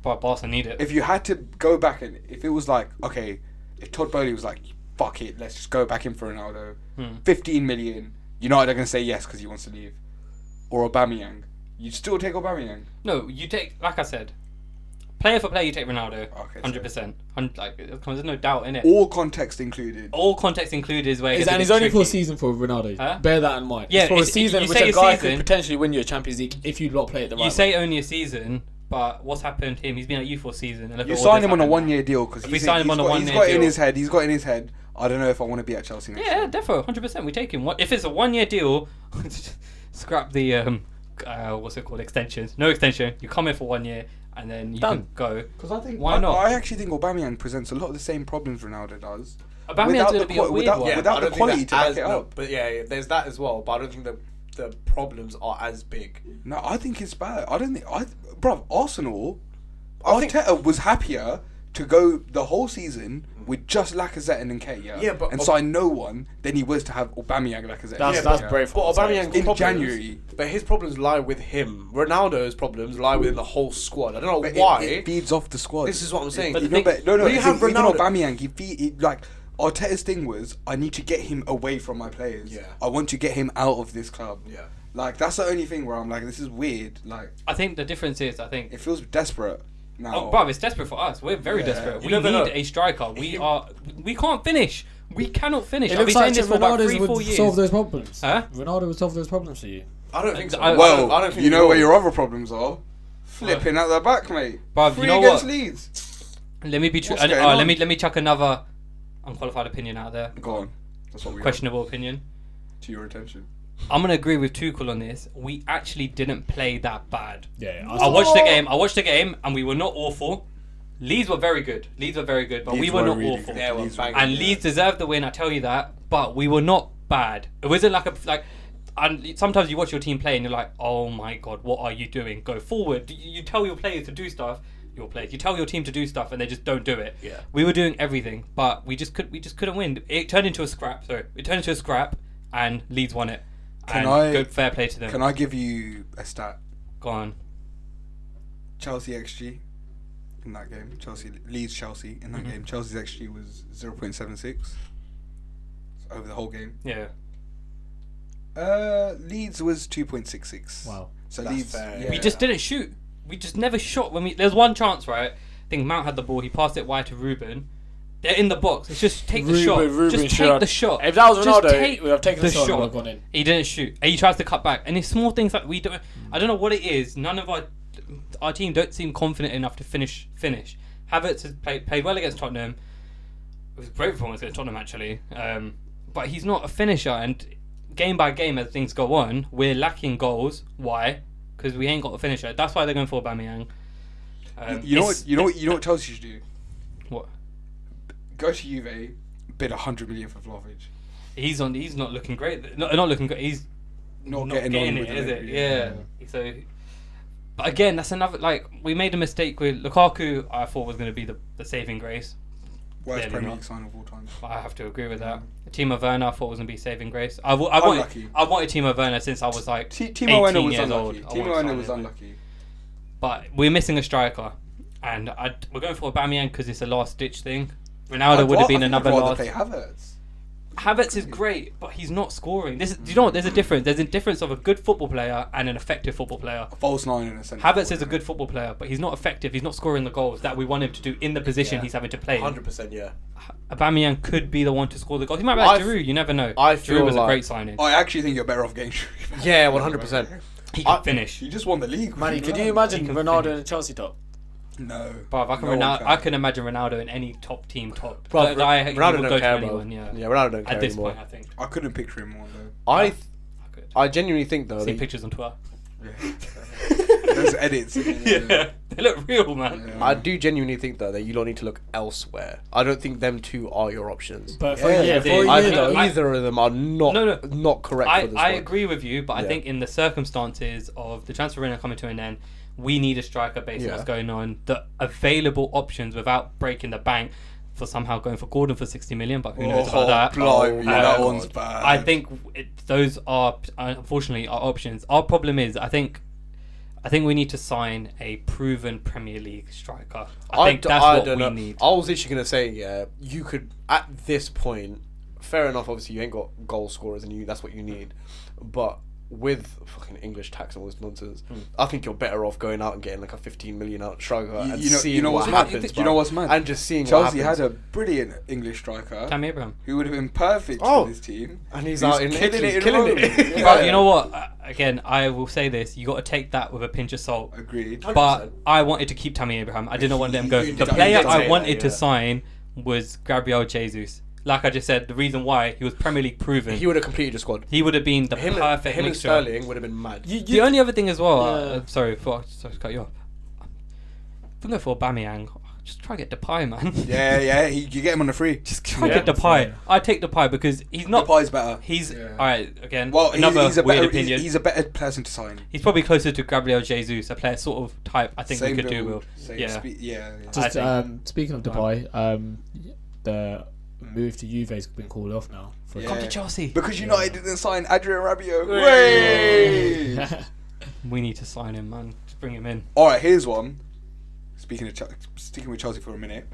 S2: Bruv, Barca need it.
S3: if you had to go back and if it was like okay, if Todd Bowley was like fuck it, let's just go back in for Ronaldo,
S2: Hmm.
S3: fifteen million, United are gonna say yes because he wants to leave, or Aubameyang, you'd still take Aubameyang.
S2: No, you take like I said, player for player, you take Ronaldo.
S3: Okay,
S2: hundred percent. Like it comes- there's no doubt in it. All,
S3: All context included.
S2: Oh, context included is where. it
S4: Is,
S2: gets a
S4: and
S2: bit
S4: it's only for a
S2: tricky.
S4: season for Ronaldo.
S2: Huh?
S4: Bear that in mind.
S2: Yeah,
S4: it's for a
S2: it's-
S4: season
S2: you
S4: which
S2: say
S4: a
S2: a
S4: guy
S2: season-
S4: could potentially win you a Champions League if you lot play it the right
S2: You
S4: way.
S2: say only a season, but what's happened to him? He's been at you for a season. And look
S3: You
S2: at all
S3: sign
S2: that's
S3: him on a
S2: happened.
S3: one-year deal because
S2: we sign him on a
S3: He's
S2: one-year
S3: got in
S2: deal-
S3: his head. He's got in his head. I don't know if I want to be at Chelsea next
S2: Yeah,
S3: year.
S2: defo, hundred percent. We take him. What if it's a one-year deal? [LAUGHS] scrap the um, uh, what's it called? Extensions. No extension. You come in for one year and then you
S4: Done.
S2: can go.
S3: Because I think
S2: Why
S3: I,
S2: not?
S3: I actually think Aubameyang presents a lot of the same problems Ronaldo does.
S2: Aubameyang's
S3: without
S2: gonna
S3: the
S2: be a
S3: qua-
S2: weird
S3: without,
S2: one.
S1: Yeah,
S3: without
S1: but I don't
S3: the
S1: think
S3: quality
S1: that
S3: to back
S1: as-
S3: it
S1: no,
S3: up.
S1: but yeah, yeah, there's that as well. But I don't think the the problems are as big.
S3: No, I think it's bad. I don't think I, bro. Arsenal,
S1: I think-
S3: Arteta was happier to go the whole season with just Lacazette and Nketiah,
S1: Yeah, but-
S3: and sign no one than he was to have Aubameyang, Lacazette.
S4: That's-
S3: and
S4: that's
S3: Nketiah.
S4: brave.
S1: But Aubameyang's
S3: In
S1: problems,
S3: January.
S1: but his problems lie with him. Ronaldo's problems lie within the whole squad. I don't know
S3: But it-
S1: why.
S3: it feeds off the squad.
S1: This is what I'm saying.
S2: But
S3: You
S2: the
S3: know,
S2: thing-
S3: but no, no,
S1: when you
S3: you
S1: have
S3: have even
S1: Ronaldo-
S3: Aubameyang, he, fe- he like Arteta's thing was I need to get him away from my players.
S1: Yeah.
S3: I want to get him out of this club.
S1: Yeah.
S3: like that's the only thing where I'm like, this is weird. Like
S2: I think the difference is, I think.
S3: it feels desperate now.
S2: Oh, bruv, it's desperate for us. We're very
S3: Yeah.
S2: desperate.
S1: You
S2: We need
S1: never know.
S2: a striker. We are. We can't finish. We cannot finish.
S4: it
S2: I've been
S4: looks
S2: saying
S4: like
S2: this for about three,
S4: Ronaldo
S2: four
S4: would
S2: years.
S4: solve those problems.
S2: Huh?
S4: Ronaldo would solve those problems for you.
S1: I don't think so.
S2: I- I
S1: well, I
S3: Well,
S1: don't, I don't think
S3: you
S1: they
S3: know
S1: will.
S3: where your other problems are. Flipping out the back, mate.
S2: Bruv, you
S3: Three
S2: know
S3: against
S2: what?
S3: Leeds.
S2: Let me be true.
S3: What's going
S2: Uh,
S3: on?
S2: let me let me chuck another unqualified opinion out there.
S3: Go on. That's what we want
S2: Questionable opinion.
S3: to your attention.
S2: I'm gonna agree with Tuchel on this. We actually didn't play that bad.
S4: Yeah,
S2: I watched
S3: Oh.
S2: the game. I watched the game, and we were not awful. Leeds were very good. Leeds were very good, but we
S3: Leeds
S2: were
S3: were
S2: not
S3: really
S2: awful.
S3: good. They were Leeds were banging,
S2: and Leeds deserved the win. I tell you that. But we were not bad. It wasn't like a like. And sometimes you watch your team play, and you're like, "Oh my god, what are you doing? Go forward." You you tell your players to do stuff. Your players. You tell your team to do stuff, and they just don't do it.
S1: Yeah.
S2: We were doing everything, but we just could. We just couldn't win. It turned into a scrap. Sorry, it turned into a scrap, and Leeds won it.
S3: Can
S2: and
S3: I-
S2: good fair play to them.
S3: Can I give you a stat?
S2: Gone.
S3: Chelsea XG in that game. Chelsea Leeds Chelsea in
S2: Mm-hmm.
S3: that game. Chelsea's XG was zero point seven six over the whole game.
S2: Yeah.
S3: Uh, Leeds was two point six six.
S6: Wow.
S3: So
S1: That's
S3: Leeds.
S1: fair.
S3: Yeah.
S2: We just didn't shoot. We just never shot when we. There's one chance, right? I think Mount had the ball. He passed it wide to Ruben. They're in the box. It's just take the
S4: Ruben-
S2: shot.
S4: Ruben
S2: just
S4: shot.
S2: take the shot.
S4: If that was
S2: Just
S4: Ronaldo,
S2: take
S4: he would have taken the shot and would have gone in.
S2: He didn't shoot. And he tries to cut back. And it's small things like we don't. I don't know what it is. None of our our team don't seem confident enough to finish. Finish. Havertz has played played well against Tottenham. It was a great performance against Tottenham actually. Um, but he's not a finisher. And game by game, as things go on, we're lacking goals. Why? Because we ain't got a finisher. That's why they're going for Aubameyang. Um,
S3: You know
S2: it's-
S3: what? You know what? You know what Chelsea should do?
S2: what?
S3: Go to Juve, bid hundred million for Vlahovic.
S2: He's on. He's not looking great. No, not looking good. He's
S3: Not,
S2: not
S3: getting,
S2: getting,
S3: on
S2: it,
S3: with
S2: is it?
S3: yeah.
S2: Yeah. So, but again, that's another like we made a mistake with Lukaku. I thought was going to be the, the saving grace.
S3: Worst
S2: Clearly
S3: Premier
S2: not.
S3: League sign of all time.
S2: But I have to agree with that. Timo Werner, I thought was going to be saving grace. I, w- I wanted
S3: Unlucky.
S2: I wanted Timo Werner since I was like
S3: T-
S2: 18
S3: Timo Werner was
S2: years
S3: unlucky.
S2: old. Oh, I wanted
S3: Timo Werner
S2: something.
S3: was unlucky.
S2: But we're missing a striker, and I, we're going for Aubameyang because it's a last ditch thing. Ronaldo
S3: I'd
S2: would
S3: ra-
S2: have been
S3: I think I'd
S2: another
S3: rather
S2: last.
S3: play Havertz.
S2: Havertz is great, but he's not scoring. This is, do you know what? There's a difference. There's a difference of a good football player and an effective football player.
S3: False nine in a
S2: Havertz
S3: centre. forward,
S2: is a
S3: isn't
S2: good
S3: it?
S2: football player, but he's not effective. He's not scoring the goals that we want him to do in the position
S3: Yeah.
S2: he's having to play. in.
S1: 100% yeah.
S2: Abamyang could be the one to score the goal. He might be like
S1: I f-
S2: Giroud. You never know.
S1: I
S2: Giroud
S1: feel
S2: was a
S1: like-
S2: great signing.
S3: Oh, I actually think you're better off getting. Juve.
S1: Yeah, 100%.
S2: He
S1: I-
S2: could finish.
S3: You just won the league.
S4: Manny,
S3: What
S4: could
S3: do
S4: you
S3: want?
S4: imagine
S2: can
S4: Ronaldo
S2: finish.
S4: in a Chelsea top?
S3: No.
S2: Bruv, I can,
S3: No one
S2: Ronaldo,
S3: can.
S2: I can imagine Ronaldo in any top team top.
S1: Bro,
S2: That guy, he would
S1: Ronaldo
S2: go
S1: don't
S2: to
S1: care, bro.
S2: anyone,
S1: Yeah.
S2: Yeah.
S1: Ronaldo don't care
S2: At this
S1: anymore.
S2: point, I think
S3: I couldn't picture him more though.
S1: I, th-
S2: I could.
S1: I genuinely think though.
S2: Seen
S1: That
S2: pictures on Twitter.
S3: Those edits.
S2: yeah, [LAUGHS] they look real, man.
S1: I do genuinely think though that you don't need to look elsewhere. I don't think them two are your options.
S4: But for
S3: Yeah,
S4: a year,
S3: they-
S4: for a
S1: I
S4: year
S1: think
S4: though,
S2: I-
S1: either of them are not
S2: No, no.
S1: not correct for
S2: I,
S1: this
S2: I
S1: one.
S2: agree with you, but I
S1: Yeah.
S2: think in the circumstances of the transfer window coming to an end, we need a striker based on
S1: Yeah.
S2: what's going on. The available options without breaking the bank for somehow going for Gordon for 60 million, but who knows about that?
S3: Blimey,
S1: Oh,
S3: that
S2: um,
S3: one's bad.
S2: I think it, those are unfortunately our options. Our problem is, I think, I think we need to sign a proven Premier League striker. I, think
S1: d-
S2: that's
S1: I
S2: what we
S1: don't know.
S2: need.
S1: I was literally gonna say, yeah, you could at this point. Fair enough. Obviously, you ain't got goal scorers, and you that's what you need. But with fucking English tax and all this nonsense,
S3: Hmm.
S1: I think you're better off going out and getting like a 15 million out striker
S3: You-
S1: and
S3: you know-
S1: seeing
S3: you know
S1: what
S3: what's mad?
S1: happens.
S3: You know
S1: bruv.
S3: what's mad?
S1: And just seeing
S3: Chelsea
S1: what happens.
S3: had a brilliant English striker
S2: Tammy Abraham.
S3: who would have been perfect
S1: Oh.
S3: for this team.
S1: and he's,
S3: He's
S1: out in
S3: killing
S1: Italy,
S3: it in
S1: killing
S3: Rome.
S1: it.
S3: Yeah.
S2: But you know what? Uh, Again, I will say this: you got to take that with a pinch of salt.
S3: Agreed.
S2: But I wanted to keep Tammy Abraham. I didn't want to let him go.
S3: You
S2: The
S3: don't
S2: player
S3: get to
S2: I
S3: say
S2: wanted
S1: that,
S2: to
S1: yeah.
S2: sign was Gabriel Jesus. Like I just said, the reason why he was Premier League proven.
S1: He would have completed the squad.
S2: He would have been the
S1: Him,
S2: perfect
S1: him and
S2: mixture.
S1: Sterling would have been mad.
S4: you,
S2: The only other thing as well.
S4: Yeah.
S2: Uh, sorry, for, sorry to cut you off. If we go for Aubameyang, just try to get Depay, man.
S3: Yeah, yeah. He, you get him on the free.
S2: Just [LAUGHS] try to
S4: Yeah.
S2: get Depay. I take Depay because he's not.
S3: Depay's better.
S2: He's
S3: Yeah.
S2: all right again.
S3: Well, he's,
S2: another
S3: he's a
S2: weird
S3: better.
S2: opinion.
S3: He's, he's a better person to sign.
S2: He's probably closer to Gabriel Jesus, a player sort of type I think we
S3: Same
S2: could do
S3: build,
S2: with.
S3: Same
S2: yeah.
S3: spe- yeah. yeah.
S2: I
S4: Just
S2: think-
S4: um, speaking of Dubai, um, the move to Juve's been called off now. For a
S3: Yeah.
S2: Come to Chelsea.
S3: Because United didn't sign Adrian Rabiot.
S1: Hey.
S3: Way!
S2: [LAUGHS]
S4: couple-
S2: We need to sign him, man. Just bring him in.
S3: All right, here's one. Speaking of Chelsea, sticking with Chelsea for a minute.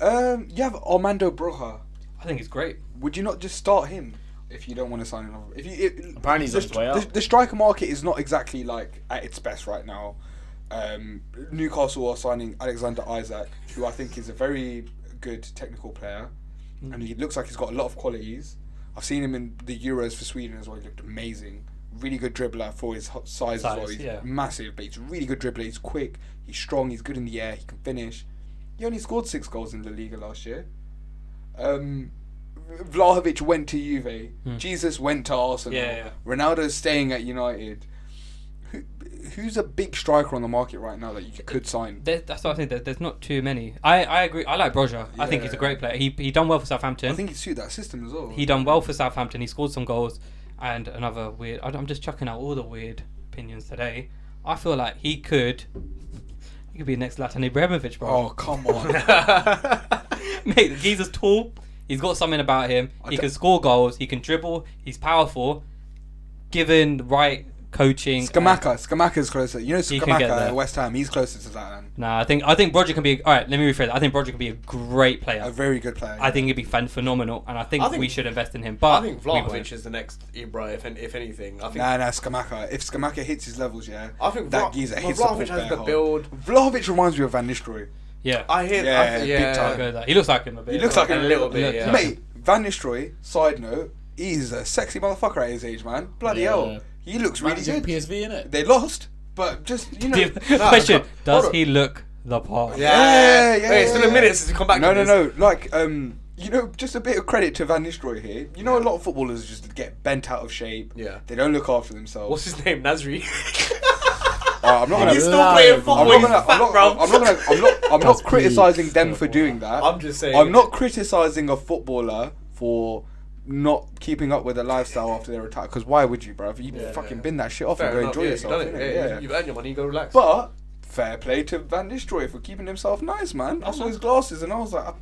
S3: Um, you have Armando Broja.
S2: I think it's great.
S3: Would you not just start him if you don't want to sign another? If you it,
S4: Apparently he's
S3: the,
S4: on his way out.
S3: The, the striker market is not exactly like at its best right now. Um, Newcastle are signing Alexander Isaac, who I think is a very good technical player,
S2: Hmm.
S3: and he looks like he's got a lot of qualities. I've seen him in the Euros for Sweden as well. He looked amazing, really good dribbler for his ho- size, as well.
S2: Size,
S3: He's
S2: yeah.
S3: massive, but he's a really good dribbler. He's quick. He's strong. He's good in the air. He can finish. He only scored six goals in La Liga last year. Um, Vlahovic went to Juve. Jesus went to Arsenal.
S2: Hmm. Yeah, yeah.
S3: Ronaldo's staying at United. Who, who's a big striker on the market right now that you could sign?
S2: There, that's what I think. There, there's not too many. I, I agree. I like Broja. I think he's a
S3: Yeah.
S2: great player. He he done well for Southampton.
S3: I think he'd suit that system as well.
S2: he done well for Southampton. He scored some goals, and another weird. I- I'm just chucking out all the weird opinions today. I feel like he could. He could be the next Latan Ibrahimovic, bro.
S3: Oh
S2: [LAUGHS]
S3: come on! [LAUGHS] Oh.
S2: Mate, he's just tall. He's got something about him.
S3: I
S2: He
S3: don't-
S2: can score goals. He can dribble. He's powerful. Given the right coaching.
S3: Skamaka, Skamaka's closer. You know
S2: He can get
S3: Skamaka
S2: there.
S3: at West Ham. He's closer to Zlatan.
S2: Nah, I think I think Roger can be. All right, let me rephrase. I think Roger can be a great player.
S3: A very good player.
S2: I think he'd be fan phenomenal, and I think,
S1: I think-
S2: we should invest in him.
S1: I
S2: But
S1: think
S2: we won't.
S1: Vlahovic is the next Ibra, if, an- if anything. I think.
S3: Nah, nah, Skamaka. If Skamaka hits his levels, yeah.
S1: I think
S3: that
S1: Vla-
S3: geezer
S1: well,
S3: hits
S1: Vlahovic
S3: the ball
S1: has the
S3: bare
S1: build.
S3: hard. Vlahovic reminds me of Van Nistelrooy.
S2: yeah,
S1: I hear.
S3: Yeah,
S1: I
S3: big
S1: th- yeah.
S2: I'll go
S3: time.
S2: with that. He looks like him a bit.
S3: He
S2: [LAUGHS]
S3: looks like
S1: A
S3: him.
S1: little bit,
S2: Look,
S1: yeah.
S2: look.
S3: Mate, Van Nistelrooy. Side note, he's a sexy motherfucker at his age, man. Bloody
S4: Yeah.
S3: hell, he looks really
S4: Managing
S3: good.
S4: PSV in it.
S3: They lost, but
S1: [LAUGHS]
S3: just you know.
S2: Div-
S1: no,
S2: Question:
S1: hold
S2: Does
S1: on.
S2: he look the part?
S1: Yeah, yeah, yeah.
S3: yeah,
S1: Wait,
S3: yeah,
S1: it's been
S3: yeah.
S1: a minute since we come back.
S3: No,
S1: to
S3: no,
S1: this.
S3: no. Like, um, you know, just a bit of credit to Van Nistelrooy here. You know, a lot of footballers just get bent out of shape.
S1: Yeah.
S3: They don't look after themselves.
S1: What's his name? Nasri. [LAUGHS]
S3: Alright, I'm not gonna.
S1: He's still
S4: Nah,
S1: playing
S4: bro.
S1: football.
S3: I'm
S1: he's
S3: not gonna.
S1: fat,
S3: I'm not,
S1: bro. [LAUGHS]
S3: I'm not gonna. I'm not. I'm
S6: That's
S3: not criticizing them for doing that.
S1: I'm just saying-
S3: I'm not criticizing a footballer for not keeping up with their lifestyle after their retire. Because why would you, bro? You've
S1: Yeah,
S3: fucking
S1: yeah.
S3: bin that shit off
S1: Fair
S3: and go
S1: enough,
S3: enjoy
S1: yeah,
S3: yourself.
S1: You've, done it,
S3: innit?
S1: yeah,
S3: Yeah.
S1: you've earned your money. Go relax.
S3: But fair play to Van Nistelrooy for keeping himself nice, man. I saw his glasses and I was like, I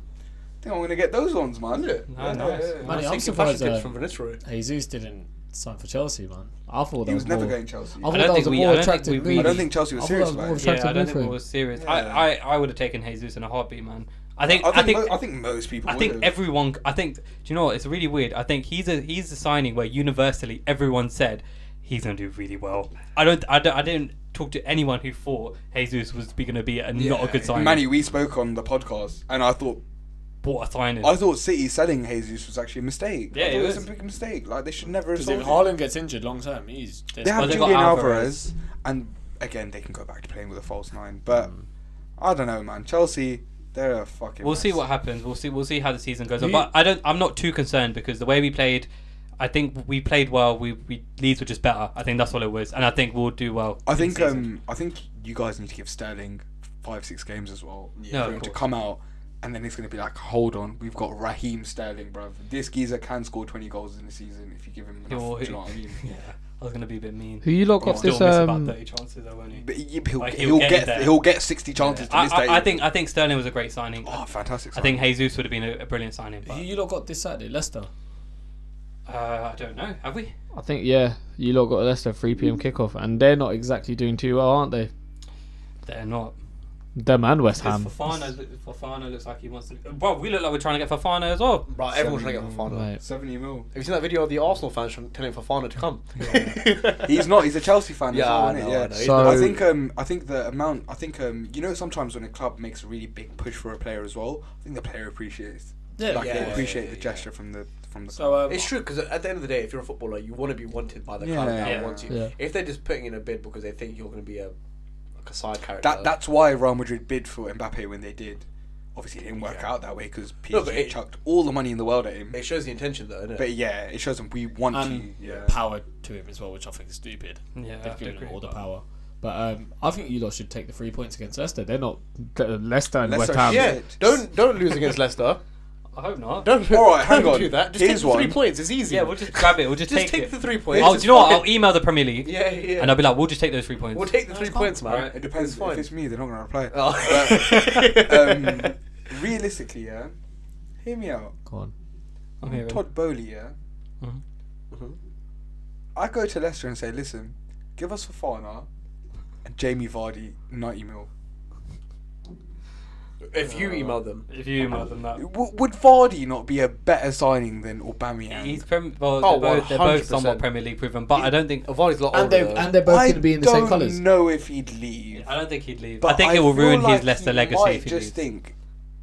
S3: think I'm gonna get those ones, man.
S1: Is it?
S2: Ah, nice.
S1: I'm
S4: Manny, I'm
S1: taking
S4: surprised,
S1: fashion tips
S4: uh,
S1: from Van Nistelrooy.
S4: Jesus didn't sign for Chelsea, man. I thought that
S3: He was never
S4: more-
S3: going Chelsea.
S4: I
S3: I
S4: thought
S2: don't
S4: that
S2: think
S4: was a
S2: we- I
S4: more
S2: don't
S4: attractive
S2: think we-
S4: move.
S2: I don't
S3: think Chelsea was
S4: I thought
S3: serious
S4: that was
S3: about
S4: more
S3: it.
S2: Yeah,
S4: attractive
S2: I don't
S4: move
S2: think
S4: for
S2: it
S4: him.
S2: was serious.
S3: Yeah.
S2: I, I, I would have taken Jesus in a heartbeat, man. I think
S3: think.
S2: I think
S3: mo- I think most people.
S2: I think
S3: would've.
S2: everyone. I think. Do you know what? It's really weird. I think he's a he's a signing where universally everyone said he's gonna do really well. I don't. I don't. I didn't talk to anyone who thought Jesus was be gonna be a, not a good signing.
S3: Manny, we spoke on the podcast, and I thought
S2: What a signing.
S3: I thought City selling Jesus was actually a mistake.
S2: Yeah,
S3: I thought
S2: it
S3: it was,
S2: was.
S3: a big mistake. Like they should never have
S4: Because if
S3: sold him.
S4: Haaland gets injured long term, he's
S3: They have
S2: Well, they got
S3: Julian
S2: Alvarez.
S3: Alvarez. and again they can go back to playing with a false nine. But I don't know, man. Chelsea, they're a fucking.
S2: We'll see
S3: mess.
S2: what happens. We'll see. We'll see how the season goes on.
S4: You-
S2: But I don't. I'm not too concerned because the way we played, I think we played well. We, we Leeds were just better. I think that's all it was, and I think we'll do well.
S3: I
S2: this
S3: think
S2: season.
S3: um I think you guys need to give Sterling five six games as well
S2: No,
S3: for
S2: of
S3: him to
S2: course.
S3: come out. And then it's going to be like, hold on, we've got Raheem Sterling, bruv. This geezer can score 20 goals in the season if you give him
S2: He'll-
S3: enough. Do you know what I mean?
S2: [LAUGHS] yeah, I was gonna be a bit mean.
S6: Who you lot
S2: He'll
S6: got
S2: still
S6: this?
S2: miss about
S6: Um,
S2: thirty chances, though, won't he?
S3: But he- he'll,
S2: Like, he'll
S3: he'll,
S2: get
S3: get,
S2: there.
S3: he'll get 60 chances to
S2: I,
S3: this day.
S2: I, I think I think Sterling was a great signing.
S3: Oh, fantastic.
S2: I think Jesus would have been a, a brilliant signing, but
S4: Who you lot got this Saturday? Leicester.
S2: uh, I don't know. Have we?
S6: I think yeah, you lot got Leicester 3 p.m. kickoff, and they're not exactly doing too well, aren't they?
S2: They're not.
S6: Them and West
S2: Because
S6: Ham.
S2: Fafana, Fafana looks like he wants to. Bro, we look like we're trying to get Fafana as well.
S1: Bro, everyone's trying to get Fafana.
S6: Right.
S3: 70 mil.
S1: Have you seen that video of the Arsenal fans trying- telling Fafana to come?
S3: [LAUGHS] He's not. He's a Chelsea fan.
S1: Yeah,
S3: as well,
S1: I know,
S3: isn't it?
S1: I
S3: yeah.
S1: know.
S6: He's So- not-
S3: I think um, I think the amount. I think um, you know, sometimes when a club makes a really big push for a player as well, I think the player appreciates.
S4: Yeah.
S3: like
S1: Yeah,
S3: they
S1: yeah,
S3: appreciate
S1: yeah,
S3: the
S1: yeah. uh,
S3: gesture from the from the.
S4: So
S1: [LAUGHS]
S4: um,
S1: It's true because at the end of the day, if you're a footballer, you want to be wanted by the club
S3: Yeah.
S1: that
S2: Yeah.
S1: wants you.
S6: Yeah.
S1: If they're just putting in a bid because they think you're going to be a like a side character,
S3: that that's why Real Madrid bid for Mbappe when they did. Obviously, it didn't work out that way because
S1: No,
S3: PSG
S1: but it-
S3: chucked all the money in the world at him.
S1: it shows the intention though, innit?
S3: But yeah, it shows them we want
S4: and
S3: you. Yeah.
S4: power to him as well, which I think is stupid.
S2: Yeah, I
S4: They've given
S2: agree,
S4: him all the
S2: but-
S4: power. But um, I think you lot should take the three points against Leicester.
S6: They're not Leicester
S3: Leicester
S6: and West Ham.
S3: shit.
S1: yeah, don't don't lose against Leicester. [LAUGHS]
S2: I hope not.
S1: Don't,
S3: All right, hang
S1: don't
S3: on.
S1: do that. Just
S3: Here's
S1: take the three
S3: one.
S1: points. It's easy.
S2: Yeah, we'll just grab it. We'll
S1: [LAUGHS]
S2: just,
S1: Just
S2: take,
S1: take
S2: it.
S1: the three points.
S2: Oh, do
S1: It's
S2: you know what?
S1: fine.
S2: I'll email the Premier League.
S1: yeah, yeah.
S2: And I'll be like, we'll just take those three points.
S1: we'll take the
S4: No,
S1: three
S4: it's fine.
S1: points, man.
S2: Alright.
S3: It depends.
S1: It's fine.
S3: If it's me, they're not gonna reply.
S1: Oh. [LAUGHS]
S3: um, realistically, yeah. Hear me out.
S6: Go on.
S2: I'm here.
S3: Todd Bowley, yeah. Mm-hmm.
S2: Mhm.
S1: Mhm.
S3: I go to Leicester and say, listen, give us Fafana and Jamie Vardy ninety mil.
S1: if you email them,
S2: If you email them that.
S3: W- would Vardy not be a better signing than Aubameyang?
S2: He's prem- well,
S1: Oh,
S2: they're, both, they're both somewhat
S1: 100%.
S2: Premier League proven, but I don't think
S1: Avani's lot
S4: And
S1: older.
S4: they
S1: though.
S4: and they're both
S3: I
S4: going to be in the same
S3: don't
S4: colours.
S3: know if he'd leave.
S2: I don't think he'd leave. I
S3: but
S2: think it will
S3: feel
S2: ruin
S3: like
S2: his Leicester
S3: he
S2: legacy
S3: might
S2: if he
S3: just
S2: leaves.
S3: think,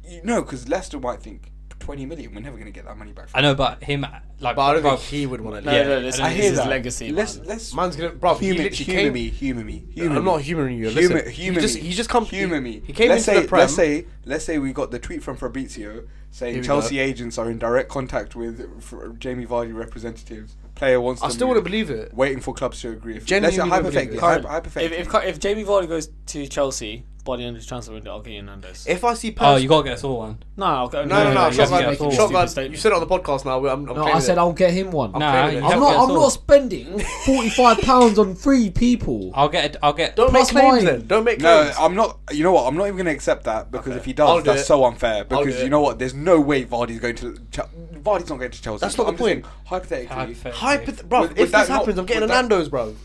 S3: you know, because Leicester might think 20 million. We're never going to get that money back. From
S2: I know, but him, like,
S1: But I don't
S2: bro,
S1: think he would want to
S4: No,
S1: leave.
S2: Yeah,
S4: no, this,
S2: I
S4: I
S2: don't
S4: hear
S2: hear
S4: his
S2: that.
S4: legacy.
S3: Let's
S4: man.
S3: let's
S1: Man's gonna, bro. he
S3: human,
S1: literally
S3: human
S1: came.
S3: me, human me, human
S1: I'm
S3: me.
S1: not humoring you.
S3: Human,
S1: listen,
S3: human
S1: he just
S3: me.
S1: he just come.
S3: Human
S1: he,
S3: me.
S1: He came
S3: let's
S1: into
S3: say,
S1: the prem.
S3: Let's say, let's say we got the tweet from Fabrizio
S1: Here
S3: saying
S1: we
S3: Chelsea
S1: go.
S3: agents are in direct contact with fr- Jamie Vardy representatives. Player wants.
S1: I
S3: to
S1: still
S3: move,
S1: wouldn't believe it.
S3: Waiting for clubs to agree. If let's
S1: Genuinely
S3: say
S1: wouldn't believe
S3: hypothetically,
S1: it.
S3: hy-
S4: Current- if,
S3: hypothetically,
S4: if if Jamie Vardy goes to Chelsea by the end of the transfer window, I'll get you Nando's.
S1: If I see
S2: oh,
S1: Palace,
S2: you gotta get us all one.
S4: no, I'll go.
S1: no, no, no,
S2: no, you have to
S1: shotgun,
S2: get a full-
S1: shotgun.
S4: Stupid
S1: You said it on the podcast now. I'm, I'm
S6: No, I said
S1: I'll,
S6: I'll get him one.
S1: I'm
S2: Nah,
S1: clearing
S2: you
S1: it.
S2: have to
S6: I'm not.
S2: get us
S6: I'm
S2: all.
S6: not spending forty five pounds on three people.
S2: I'll get. I'll get.
S1: don't make
S6: Plus
S1: claims
S6: mine.
S1: then. Don't make
S3: no,
S1: claims.
S3: I'm not. You know what? I'm not even going to accept that because
S1: Okay.
S3: if he
S1: I'll
S3: does,
S1: do
S3: that's
S1: it.
S3: so unfair. Because
S1: do
S3: you
S1: it.
S3: know what? There's no way Vardy's going to. Chel- Vardy's not going to Chelsea.
S1: That's not the
S3: I'm just
S1: point.
S3: saying, hypothetically,
S2: Hypothetically. [LAUGHS]
S1: Hypoth- bro,
S3: Would-
S1: if
S3: would
S1: this
S3: that not-
S1: happens, I'm getting a
S3: would that-
S1: Nando's, bro.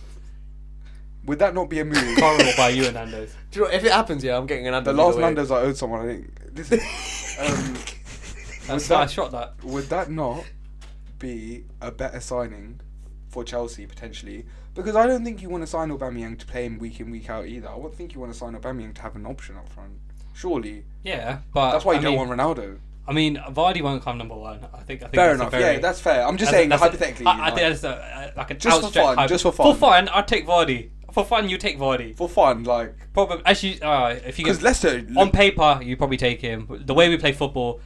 S3: would that not be a move?
S2: Corin will buy you a Nando's.
S1: Do you know, if it happens, yeah, I'm getting a
S3: The
S1: Nando's.
S3: last
S1: either way.
S3: Nando's I owed someone, I think.
S1: [LAUGHS]
S3: Listen, um,
S2: That's
S3: that-
S2: why I shot that.
S3: would that not be a better signing for Chelsea potentially? Because I don't think you want to sign Aubameyang to play him week in week out either. I don't think you want to sign Aubameyang to have an option up front. Surely
S2: Yeah, but
S3: that's why you
S2: I
S3: don't
S2: mean,
S3: want Ronaldo.
S2: I mean, Vardy won't come number one. I think. I think
S3: Fair
S2: that's a
S3: enough.
S2: very-
S3: Yeah, that's fair. I'm just
S2: that's a-
S3: saying
S2: that's a-
S3: hypothetically.
S2: I, I
S3: like,
S2: think that's a, a- like an
S3: Just for
S2: outstretched
S3: fun,
S2: hypo-
S3: just for
S2: For
S3: fun.
S2: fun, I'd take Vardy. For fun, you take Vardy.
S3: for fun, like
S2: Probably actually, uh, if you
S3: because
S2: get,
S3: Leicester
S2: on paper, you probably take him. The way we play football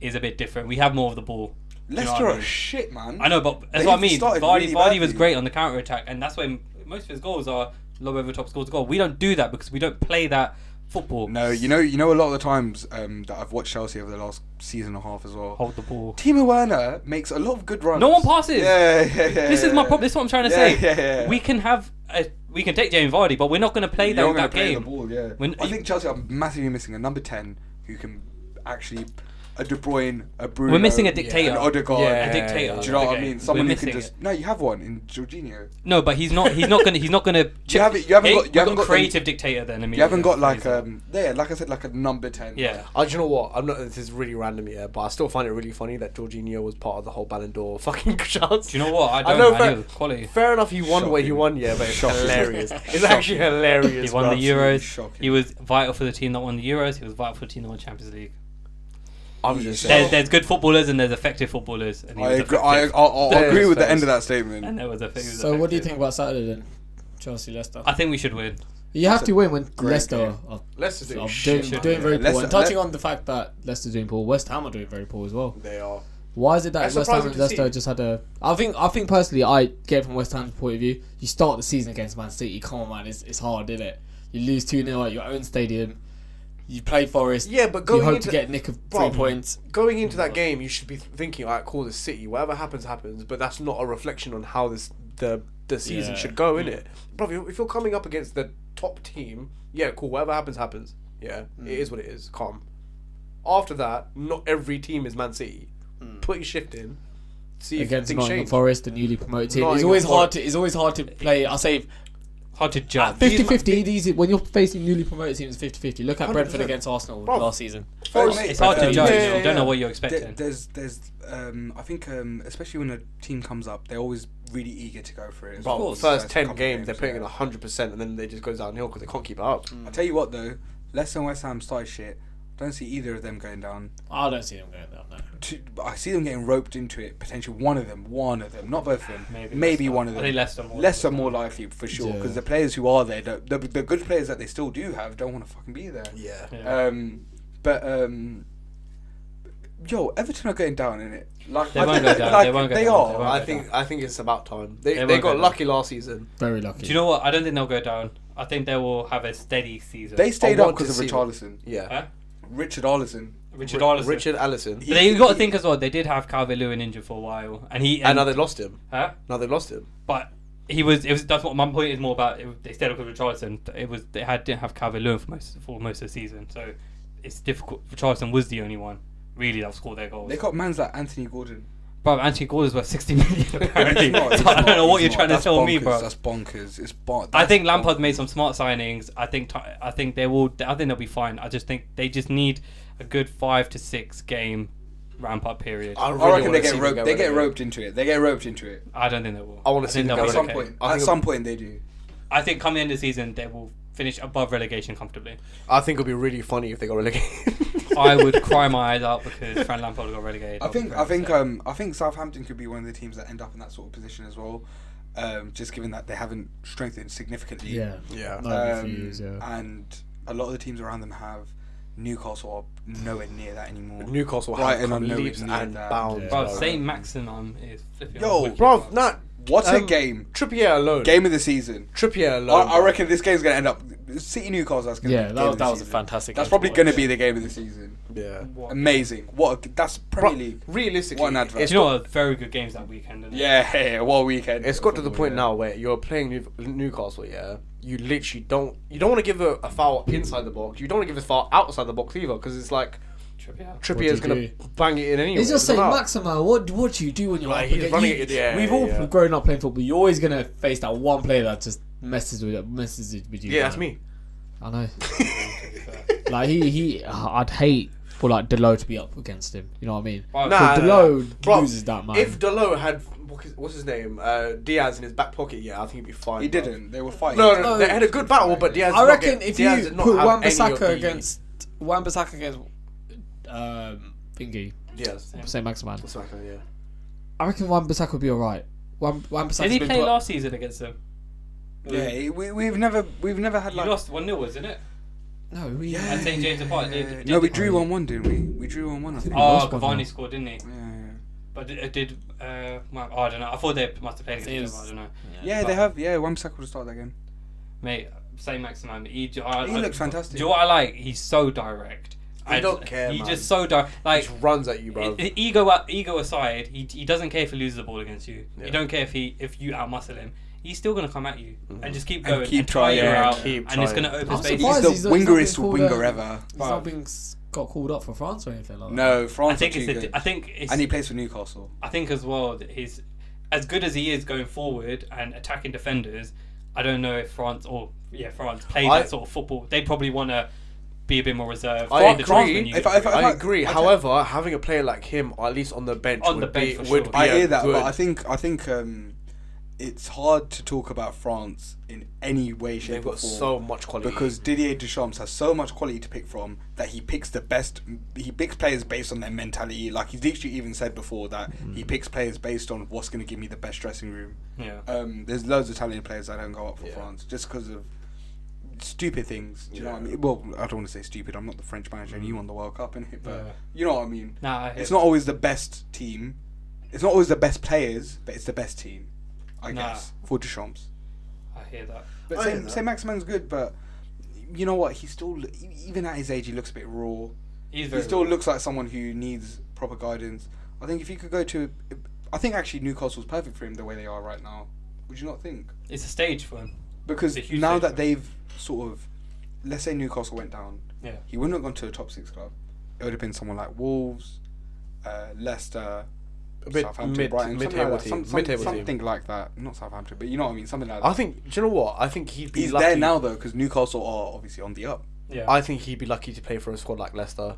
S2: is a bit different. We have more of the ball. Do you know
S3: Leicester
S2: what I
S3: are
S2: mean?
S3: shit, man.
S2: I know, but that's
S3: They've
S2: what I mean.
S3: started
S2: Vardy,
S3: really
S2: Vardy was
S3: badly.
S2: great on the counter attack, and that's why m- most of his goals are low over the top scores goal. We don't do that because we don't play that football.
S3: No, you know, you know, a lot of the times um, that I've watched Chelsea over the last season and a half as well.
S2: [LAUGHS] hold the ball.
S3: Timo Werner makes a lot of good runs.
S2: No one passes.
S3: Yeah, yeah, [LAUGHS] yeah,
S2: This is my
S3: yeah.
S2: problem. This is what I'm trying to
S3: Yeah,
S2: say.
S3: yeah, yeah.
S2: We can have a, we can take Jamie Vardy, but we're not going to play
S3: You're
S2: that,
S3: gonna
S2: that
S3: play
S2: game.
S3: The ball, yeah.
S2: When-
S3: I think Chelsea are massively missing a number ten who can actually a De Bruyne, a Bruno.
S2: We're missing a dictator.
S3: An Odegaard.
S1: Yeah.
S2: A dictator.
S3: Do you know what I
S2: Okay.
S3: mean? Someone
S2: We're
S3: who can
S2: missing
S3: just
S2: it.
S3: no. You have one in Jorginho.
S2: No, but he's not. He's not gonna. He's not gonna. chip-
S3: haven't- you haven't
S2: Hey,
S3: got- you
S2: we've
S3: haven't got the-
S2: creative dictator. Then
S3: You haven't got like um yeah, like I said, like a number ten.
S2: Yeah.
S1: Oh, do you know what? I'm not. This is really random, yeah, but I still find it really funny that Jorginho was part of the whole Ballon d'Or fucking [LAUGHS] shouts.
S2: Do you know what? I don't. I
S1: know
S2: I
S1: fair-
S2: knew the quality.
S1: Fair enough, he won what he
S3: Shocking.
S1: won, yeah, but it's
S3: Shocking.
S1: hilarious. It's actually hilarious.
S2: He won the
S1: bruv.
S2: Euros.
S3: shocking.
S2: He was vital for the team that won the Euros. He was vital for the team that won Champions League.
S1: I'm just
S3: There's-
S1: saying.
S2: There's, there's good footballers and there's effective footballers. And he
S3: I
S2: was
S3: agree. I, I,
S2: effective.
S3: I'll, I'll
S1: There's
S3: agree with the
S1: first.
S3: end of that statement.
S2: and there was a. he was
S4: So, what do you
S2: effective.
S4: think about Saturday then? Chelsea Leicester.
S2: I think we should win.
S6: You have to win when
S3: great
S6: Leicester
S3: game.
S6: are,
S1: Let's just do
S6: are
S1: shit.
S6: doing,
S2: Shit,
S6: doing
S2: yeah.
S6: very poor.
S3: Leicester-
S6: And touching
S3: Le-
S6: on the fact that Leicester's doing poor, West Ham are doing very poor as well.
S3: They are.
S6: Why is it that
S1: That's
S6: West Ham
S1: surprising
S6: and
S1: to see.
S6: Leicester just had a? I think I think personally, I get it from West Ham's point of view. You start the season against Man City. Come on, man, it's, it's hard, isn't it? You lose two 0 at your own stadium. You play Forest.
S1: Yeah, but
S6: you
S1: going
S6: hope
S1: into
S6: to get a nick of three
S1: Bro.
S6: points.
S1: going into that game, you should be thinking, "All right, call this City. Whatever happens, happens." But that's not a reflection on how this the the season
S4: Yeah.
S1: should go,
S3: Mm.
S1: in it, bro. If you're coming up against the top team, yeah, cool. Whatever happens, happens. Yeah,
S3: Mm.
S1: it is what it is. Calm. After that, not every team is Man City.
S3: Mm.
S1: Put your shift in. See if
S6: Against
S1: things
S6: Nottingham
S1: change.
S6: Forest, the newly promoted team, it's
S1: Nottingham
S6: always hard
S1: Forest.
S6: to it's always hard to play. I say
S2: Hard to
S4: Ah,
S2: judge.
S6: 50-50 These when you're facing newly promoted teams, 50-50. Look at Brentford
S1: 100%.
S6: against Arsenal
S1: Bro.
S6: last season.
S3: Oh,
S1: It's-
S3: mate,
S2: it's hard to
S3: um,
S2: judge.
S1: yeah, yeah,
S2: you don't know
S1: yeah.
S2: what you're
S3: There-
S2: expecting.
S3: there's there's um, I think um, especially when a team comes up, they're always really eager to go for it. as
S1: Bro,
S3: well.
S1: first ten
S3: couple
S1: games,
S3: of
S1: they're putting in
S3: yeah. Mm.
S1: hundred percent, and then they just goes downhill because they can't keep it up.
S3: I tell you what though, Leicester and West Ham started shit. Don't see either of them going down.
S4: I don't see them going down. No.
S3: Two, I see them getting roped into it. Potentially one of them, one of them, not both of them. Maybe, one of
S2: I
S3: them.
S2: think Leicester more.
S3: Leicester more likely for sure
S6: Yeah.
S3: because the players who are there, don't, the, the good players that they still do have, don't want to fucking be there.
S1: Yeah.
S2: Yeah.
S3: Um, but um, yo, Everton are going down in it. Like
S2: They
S3: I
S2: won't
S3: don't-
S2: go down,
S3: like,
S2: they won't go
S3: they
S2: down,
S3: are.
S2: they won't.
S1: I think I think it's about time. They,
S2: They
S1: they,
S2: won't
S1: got
S2: go
S1: lucky last season.
S6: Very lucky.
S2: Do you know what? I don't think they'll go down. I think they will have a steady season.
S3: They stayed
S1: I
S3: up
S1: want
S3: because
S1: to
S3: of
S1: see what-
S3: Richarlison.
S1: Yeah.
S2: Huh?
S3: Richard Arlison.
S2: Richard
S1: Ri-
S2: Arlison.
S1: Richard Allison.
S2: But you got to think as well. They did have Calvert Lewin injured for a while, and he
S1: And now they lost him.
S2: Huh?
S1: Now they lost him.
S2: But he was. It was. That's what my point is more about. It, they stayed up with Richardson. It was. They had didn't have Calvert Lewin for most for most of the season. So it's difficult. Richardson was the only one really that scored their goals.
S3: They got mans like Anthony Gordon.
S2: bro, Anthony Gordon's worth sixty
S3: [LAUGHS]
S2: million apparently.
S3: It's not- it's
S2: so [LAUGHS] I don't
S3: not-
S2: know what
S3: it's
S2: you're
S3: not.
S2: trying to
S3: That's
S2: tell me,
S3: bonkers,
S2: bro.
S3: That's bonkers. It's bon-
S2: I
S3: that's
S2: think Lampard
S3: bonkers.
S2: made some smart signings. I think t- I think they will. I think they'll be fine. I just think they just need a good five to six game ramp up period. I,
S3: I reckon they
S1: wanna
S3: get
S1: see them
S3: roped. they get
S1: relegated.
S3: roped into it. They get roped into it.
S2: don't think they will.
S1: I wanna
S2: think
S1: see them
S2: they'll
S1: go
S2: be
S1: Right,
S3: At some
S1: okay.
S3: point,
S1: I
S3: at
S1: think-
S3: some point they do.
S2: I think come the end of the season they will finish above relegation comfortably.
S1: I think it would be really funny if they got relegated.
S2: I would cry my eyes out because Fran Lampard got relegated.
S3: I
S2: I'll be
S3: think
S2: very
S3: I think
S2: upset.
S3: um I think Southampton could be one of the teams that end up in that sort of position as well. Um, just given that they haven't strengthened significantly.
S6: Yeah.
S1: yeah.
S6: No. Over a few
S3: Um,
S6: years,
S2: uh,
S6: yeah.
S3: And a lot of the teams around them have Newcastle are nowhere near that anymore.
S1: [LAUGHS] Newcastle
S3: Brighton
S1: have come
S3: are nowhere
S1: leaps
S3: near
S1: and
S3: that.
S1: bounds.
S6: Yeah.
S2: Bro,
S1: bro.
S2: Saint Maximum is flipping.
S3: Yo,
S2: wicked,
S1: Bro, not
S3: What a
S1: Um,
S3: game!
S1: Trippier alone.
S3: Game of the season.
S1: Trippier
S3: I,
S1: alone.
S3: I reckon this game's gonna end up City Newcastle. That's gonna
S6: Yeah,
S3: be the
S6: that
S3: game
S6: was-
S3: of the
S4: that was a
S3: season.
S4: fantastic.
S3: That's
S4: game
S3: probably
S4: watch.
S3: gonna be the game of the season.
S1: Yeah.
S2: What?
S3: Amazing! What a, that's Premier
S1: Bro,
S3: League.
S1: realistically,
S3: What an advert.
S2: Do
S1: it's
S2: you know what? Very good games that weekend. Isn't it?
S3: Yeah, [LAUGHS] yeah, what a weekend!
S1: It's got to the point
S3: Yeah.
S1: now where you're playing New- Newcastle, yeah. You literally don't. You don't want to give a, a foul inside the box. You don't want to give a foul outside the box either, because it's like
S2: Trippier.
S1: Trippier
S6: do
S1: is
S6: you
S1: gonna
S6: do?
S1: bang it in anyway.
S6: It's just saying,
S1: about-
S6: Maxima, what what do you do when you're
S1: Like,
S6: up
S1: he's
S6: against-
S1: running
S6: you-
S1: it, yeah,
S6: We've
S1: yeah,
S6: all
S1: yeah.
S6: grown up playing football. You're always gonna face that one player that just messes with messes it with you.
S1: Yeah, that's
S6: man.
S1: me.
S6: I know. like he he, I'd hate for like Delo to be up against him. You know what I mean?
S2: Bro,
S1: Nah.
S6: So Delo
S1: Bro,
S6: loses that man.
S1: If Delo had what is- what's his name uh, Diaz in his back pocket, yeah, I think he'd be fine.
S3: He
S1: bro.
S3: didn't. They were fighting.
S1: No, no,
S4: No.
S1: they had a good battle, but Diaz.
S4: I
S1: did not
S4: reckon
S1: get-
S4: if
S1: Diaz
S4: you
S1: did not
S4: put
S1: have
S4: Wan
S1: any of
S4: Bissaka
S1: the-
S4: against Wan Bissaka against
S6: um, thingy,
S1: Diaz,
S6: Saint Maximan.
S1: Bissaka, yeah.
S6: I reckon Wan Bissaka would be alright. Wan Wan Bissaka.
S2: Did he play last season against them?
S3: Yeah, he- we, we've never we've never had
S2: You
S3: like.
S2: lost one 0 wasn't it?
S6: No, we.
S3: Yeah.
S2: At St James Park. Did-
S3: Yeah,
S2: did-
S3: no, we drew one one, didn't we? We drew one one. I think.
S2: Oh,
S6: lost one,
S2: Cavani
S6: no.
S2: scored, didn't he?
S3: Yeah, yeah.
S2: But did, did uh, my, oh, I don't know. I thought they must have played
S4: It
S2: against each
S4: was-
S2: other. I don't know.
S3: yeah they have. Yeah, Wamsack would start that game.
S2: Mate, same maximum. He, I,
S3: He
S2: I-
S3: looks fantastic.
S2: Do you know what I like? He's so direct.
S1: I don't care,
S2: He's
S1: man.
S2: just so direct.
S1: He
S2: Like
S1: just runs at you, bro.
S2: i- i- ego uh, ego aside, he, he doesn't care if he loses the ball against you.
S1: Yeah.
S2: He don't care if he if you outmuscle him. He's still gonna come at you and just keep
S3: Mm. And
S2: going,
S3: keep
S2: and try you
S3: trying,
S2: out,
S1: keep
S2: and it's
S1: trying.
S2: gonna open
S6: I'm
S2: space.
S3: He's
S6: surprised
S3: the
S6: he's not- he's not
S3: wingerest
S6: being called,
S3: winger
S6: uh,
S3: ever.
S6: He's not being s- got called up for France or anything like that.
S3: No,
S2: I
S3: France are
S2: think
S3: too
S2: it's.
S3: good.
S2: The, I think it's.
S3: and he plays for Newcastle.
S2: I think as well that he's as good as he is going forward and attacking defenders. I don't know if France or yeah France play
S1: I-
S2: that sort of football. They probably want to be a bit more reserved.
S1: I
S2: in the
S1: agree.
S2: transfer window.
S3: If I- if
S1: I agree.
S3: I-
S1: However, having a player like him, at least on the bench,
S2: On
S1: would
S2: the bench
S1: be,
S2: for
S1: would
S2: sure.
S1: be
S3: I
S1: a
S3: hear that,
S1: good.
S3: but I think I think um, it's hard to talk about France in any way, shape,
S1: they've got
S3: or form.
S1: so much quality.
S3: because Didier Deschamps has so much quality to pick from that he picks the best. He picks players based on their mentality. Like he's literally even said before that
S1: Mm-hmm.
S3: he picks players based on what's going to give me the best dressing room.
S2: yeah.
S3: Um, there's loads of Italian players that don't go up for
S1: Yeah.
S3: France just because of stupid things. Do you know what I
S1: Yeah. Mm-hmm.
S3: mean? Well, I don't want to say stupid. I'm not the French manager, and you won the World Cup in it, but
S2: Yeah.
S3: you know what I mean.
S2: Nah, I
S3: It's
S2: hear-
S3: not always the best team. It's not always the best players, but it's the best team, I
S2: Nah.
S3: guess, for Deschamps.
S2: I hear that.
S3: But
S1: I hear
S3: say,
S1: that.
S3: say Maximan's good, but you know what? He still, even at his age, he looks a bit raw.
S2: He's
S3: He
S2: very.
S3: still looks like someone who needs proper guidance. I think if you could go to, I think actually Newcastle's perfect for him the way they are right now. Would you not think?
S2: it's a stage for him.
S3: Because
S2: It's a huge
S3: now
S2: stage
S3: that
S2: for
S3: they've sort of, let's say Newcastle went down,
S2: Yeah.
S3: he wouldn't have gone to a top six club. It would have been someone like Wolves, uh, Leicester,
S1: A bit
S3: Southampton,
S1: mid-
S3: Brighton, something
S1: mid-table
S3: like that. Some-
S1: team,
S3: some-
S1: mid-table team.
S3: something like that. Not Southampton, but you know what I mean. Something like that.
S1: I think. Do you know what? I think he'd be
S3: he's
S1: lucky.
S3: there now though because Newcastle are obviously on the up.
S2: Yeah.
S1: I think he'd be lucky to play for a squad like Leicester.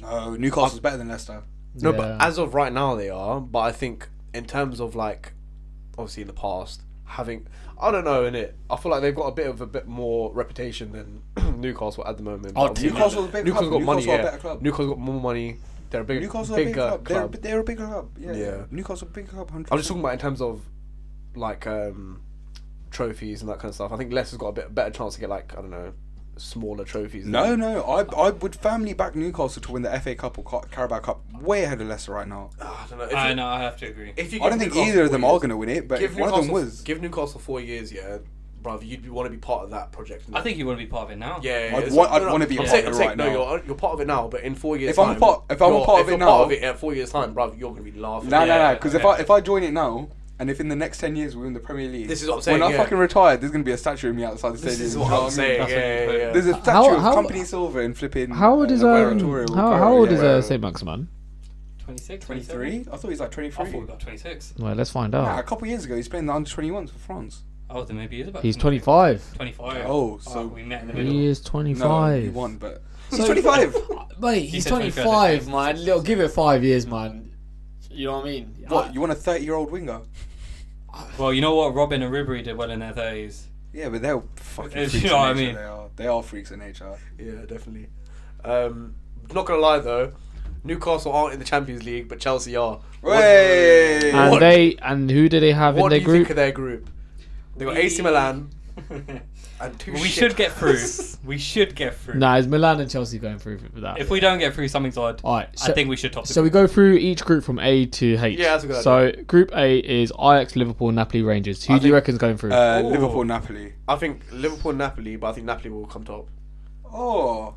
S3: No, Newcastle's better than Leicester.
S1: No,
S6: Yeah.
S1: but as of right now they are. But I think in terms of like, obviously in the past having, I don't know, in it, I feel like they've got a bit of a bit more reputation than [CLEARS THROAT] Newcastle at the moment.
S6: Oh,
S1: But obviously-
S6: Newcastle-
S3: Newcastle's a big
S1: Newcastle's
S3: club.
S1: got money.
S3: Newcastle are a
S1: Yeah.
S3: better club.
S1: Newcastle's got more money. They're a bigger,
S3: Newcastle are a
S1: bigger
S3: big club. They're,
S1: club.
S3: they're a big club. Yeah.
S1: Yeah.
S3: Newcastle a big club. 100%.
S1: I'm just talking about in terms of like um, trophies and that kind of stuff. I think Leicester's got a bit better chance to get like I don't know smaller trophies.
S3: No, no. I I would family back Newcastle to win the FA Cup or Ca- Carabao Cup way ahead of Leicester right now.
S1: I don't know. If
S2: I
S1: you-
S2: know. I have to agree.
S1: If you
S3: I don't
S1: give
S3: think
S1: Newcastle
S3: either of
S1: four
S3: them are
S1: years-
S3: going to win it, but
S1: give
S3: if one of them
S1: Newcastle-
S3: was,
S1: Give Newcastle four years, yeah, brother. You'd be, want to be part of that project.
S2: I think you want to be part of it now.
S1: Yeah, yeah,
S3: I'd
S1: it's
S3: want-
S1: like-
S3: I'd
S1: no, no,
S3: wanna be
S1: I'm
S3: part
S1: saying-
S3: of
S1: I'm
S3: it
S1: saying,
S3: right
S1: no,
S3: now.
S1: You're, you're part of it now, but in four years,
S3: If I'm a
S1: time,
S3: part- if I'm a
S1: you're-
S3: part
S1: if
S3: of it
S1: you're part
S3: now-
S1: of it at four years time, bruv, you're gonna be laughing.
S3: no, no, no.
S2: Yeah,
S3: Because if
S2: yeah.
S3: I if I join it now. And if in the next ten years we win the Premier League,
S1: This is what I'm saying,
S3: When I
S1: yeah.
S3: fucking retire, there's gonna be a statue of me outside the
S1: This
S3: stadium.
S1: is
S3: you
S1: what
S3: know
S1: I'm
S3: mean?
S1: saying.
S2: That's what
S1: Yeah,
S2: you put.
S1: yeah,
S3: There's a
S6: How-
S3: statue of
S6: how-
S3: Company Silver in flipping.
S6: How old
S3: uh,
S6: is
S3: Aguero
S6: um,
S3: Torre or
S6: how,
S3: Aguero,
S6: how old is
S3: yeah.
S6: uh, Saint Maximan?
S2: 26,
S3: 23?
S2: 27?
S3: I thought he's like 23.
S2: I thought we got 26.
S6: Well, let's find
S3: Nah, a
S6: out.
S3: couple of years ago, he's playing the under 21s for France.
S2: Oh, then maybe he is about.
S6: He's
S2: 26.
S6: 25.
S2: 25.
S3: Oh, so-
S2: we met in the middle.
S6: He is
S3: No,
S6: 25.
S3: he won, but.
S6: So-
S3: he's [LAUGHS] 25!
S6: Mate,
S2: He
S6: he's
S2: said 25,
S6: 25,
S2: didn't he?
S6: man. Look, give it five years, man. You know what I mean?
S3: what? You want a 30 year old winger?
S1: [LAUGHS]
S2: Well, you know what? Robin and Ribery did well in their 30s.
S3: Yeah, but they're fucking.
S2: You
S3: freaks
S2: know what I
S3: of nature,
S2: mean?
S3: They are. They are freaks of nature.
S1: Yeah, definitely. Um, not gonna lie though, Newcastle aren't in the Champions League, but Chelsea are. What-
S3: Way.
S6: And
S1: What-
S6: they and who do they have
S1: What do
S6: in their
S1: you
S6: group?
S1: think of their group? They got AC Milan and two.
S2: we
S1: shit
S2: should get through.
S1: houses.
S2: We should get through.
S6: Nah, is Milan and Chelsea going through for that?
S2: If we don't get through, something's odd.
S6: All right,
S2: I
S6: Oh, so-
S2: think we should top it.
S6: So we go through each group from A to H.
S1: Yeah, that's a good
S6: So Group A is Ajax, Liverpool, Napoli, Rangers. Who
S1: I
S6: do you
S1: think-
S6: reckon's going through?
S3: Uh,
S1: Ooh.
S3: Liverpool, Napoli.
S1: [LAUGHS] I think Liverpool, and Napoli, but I think Napoli will come top.
S3: Oh,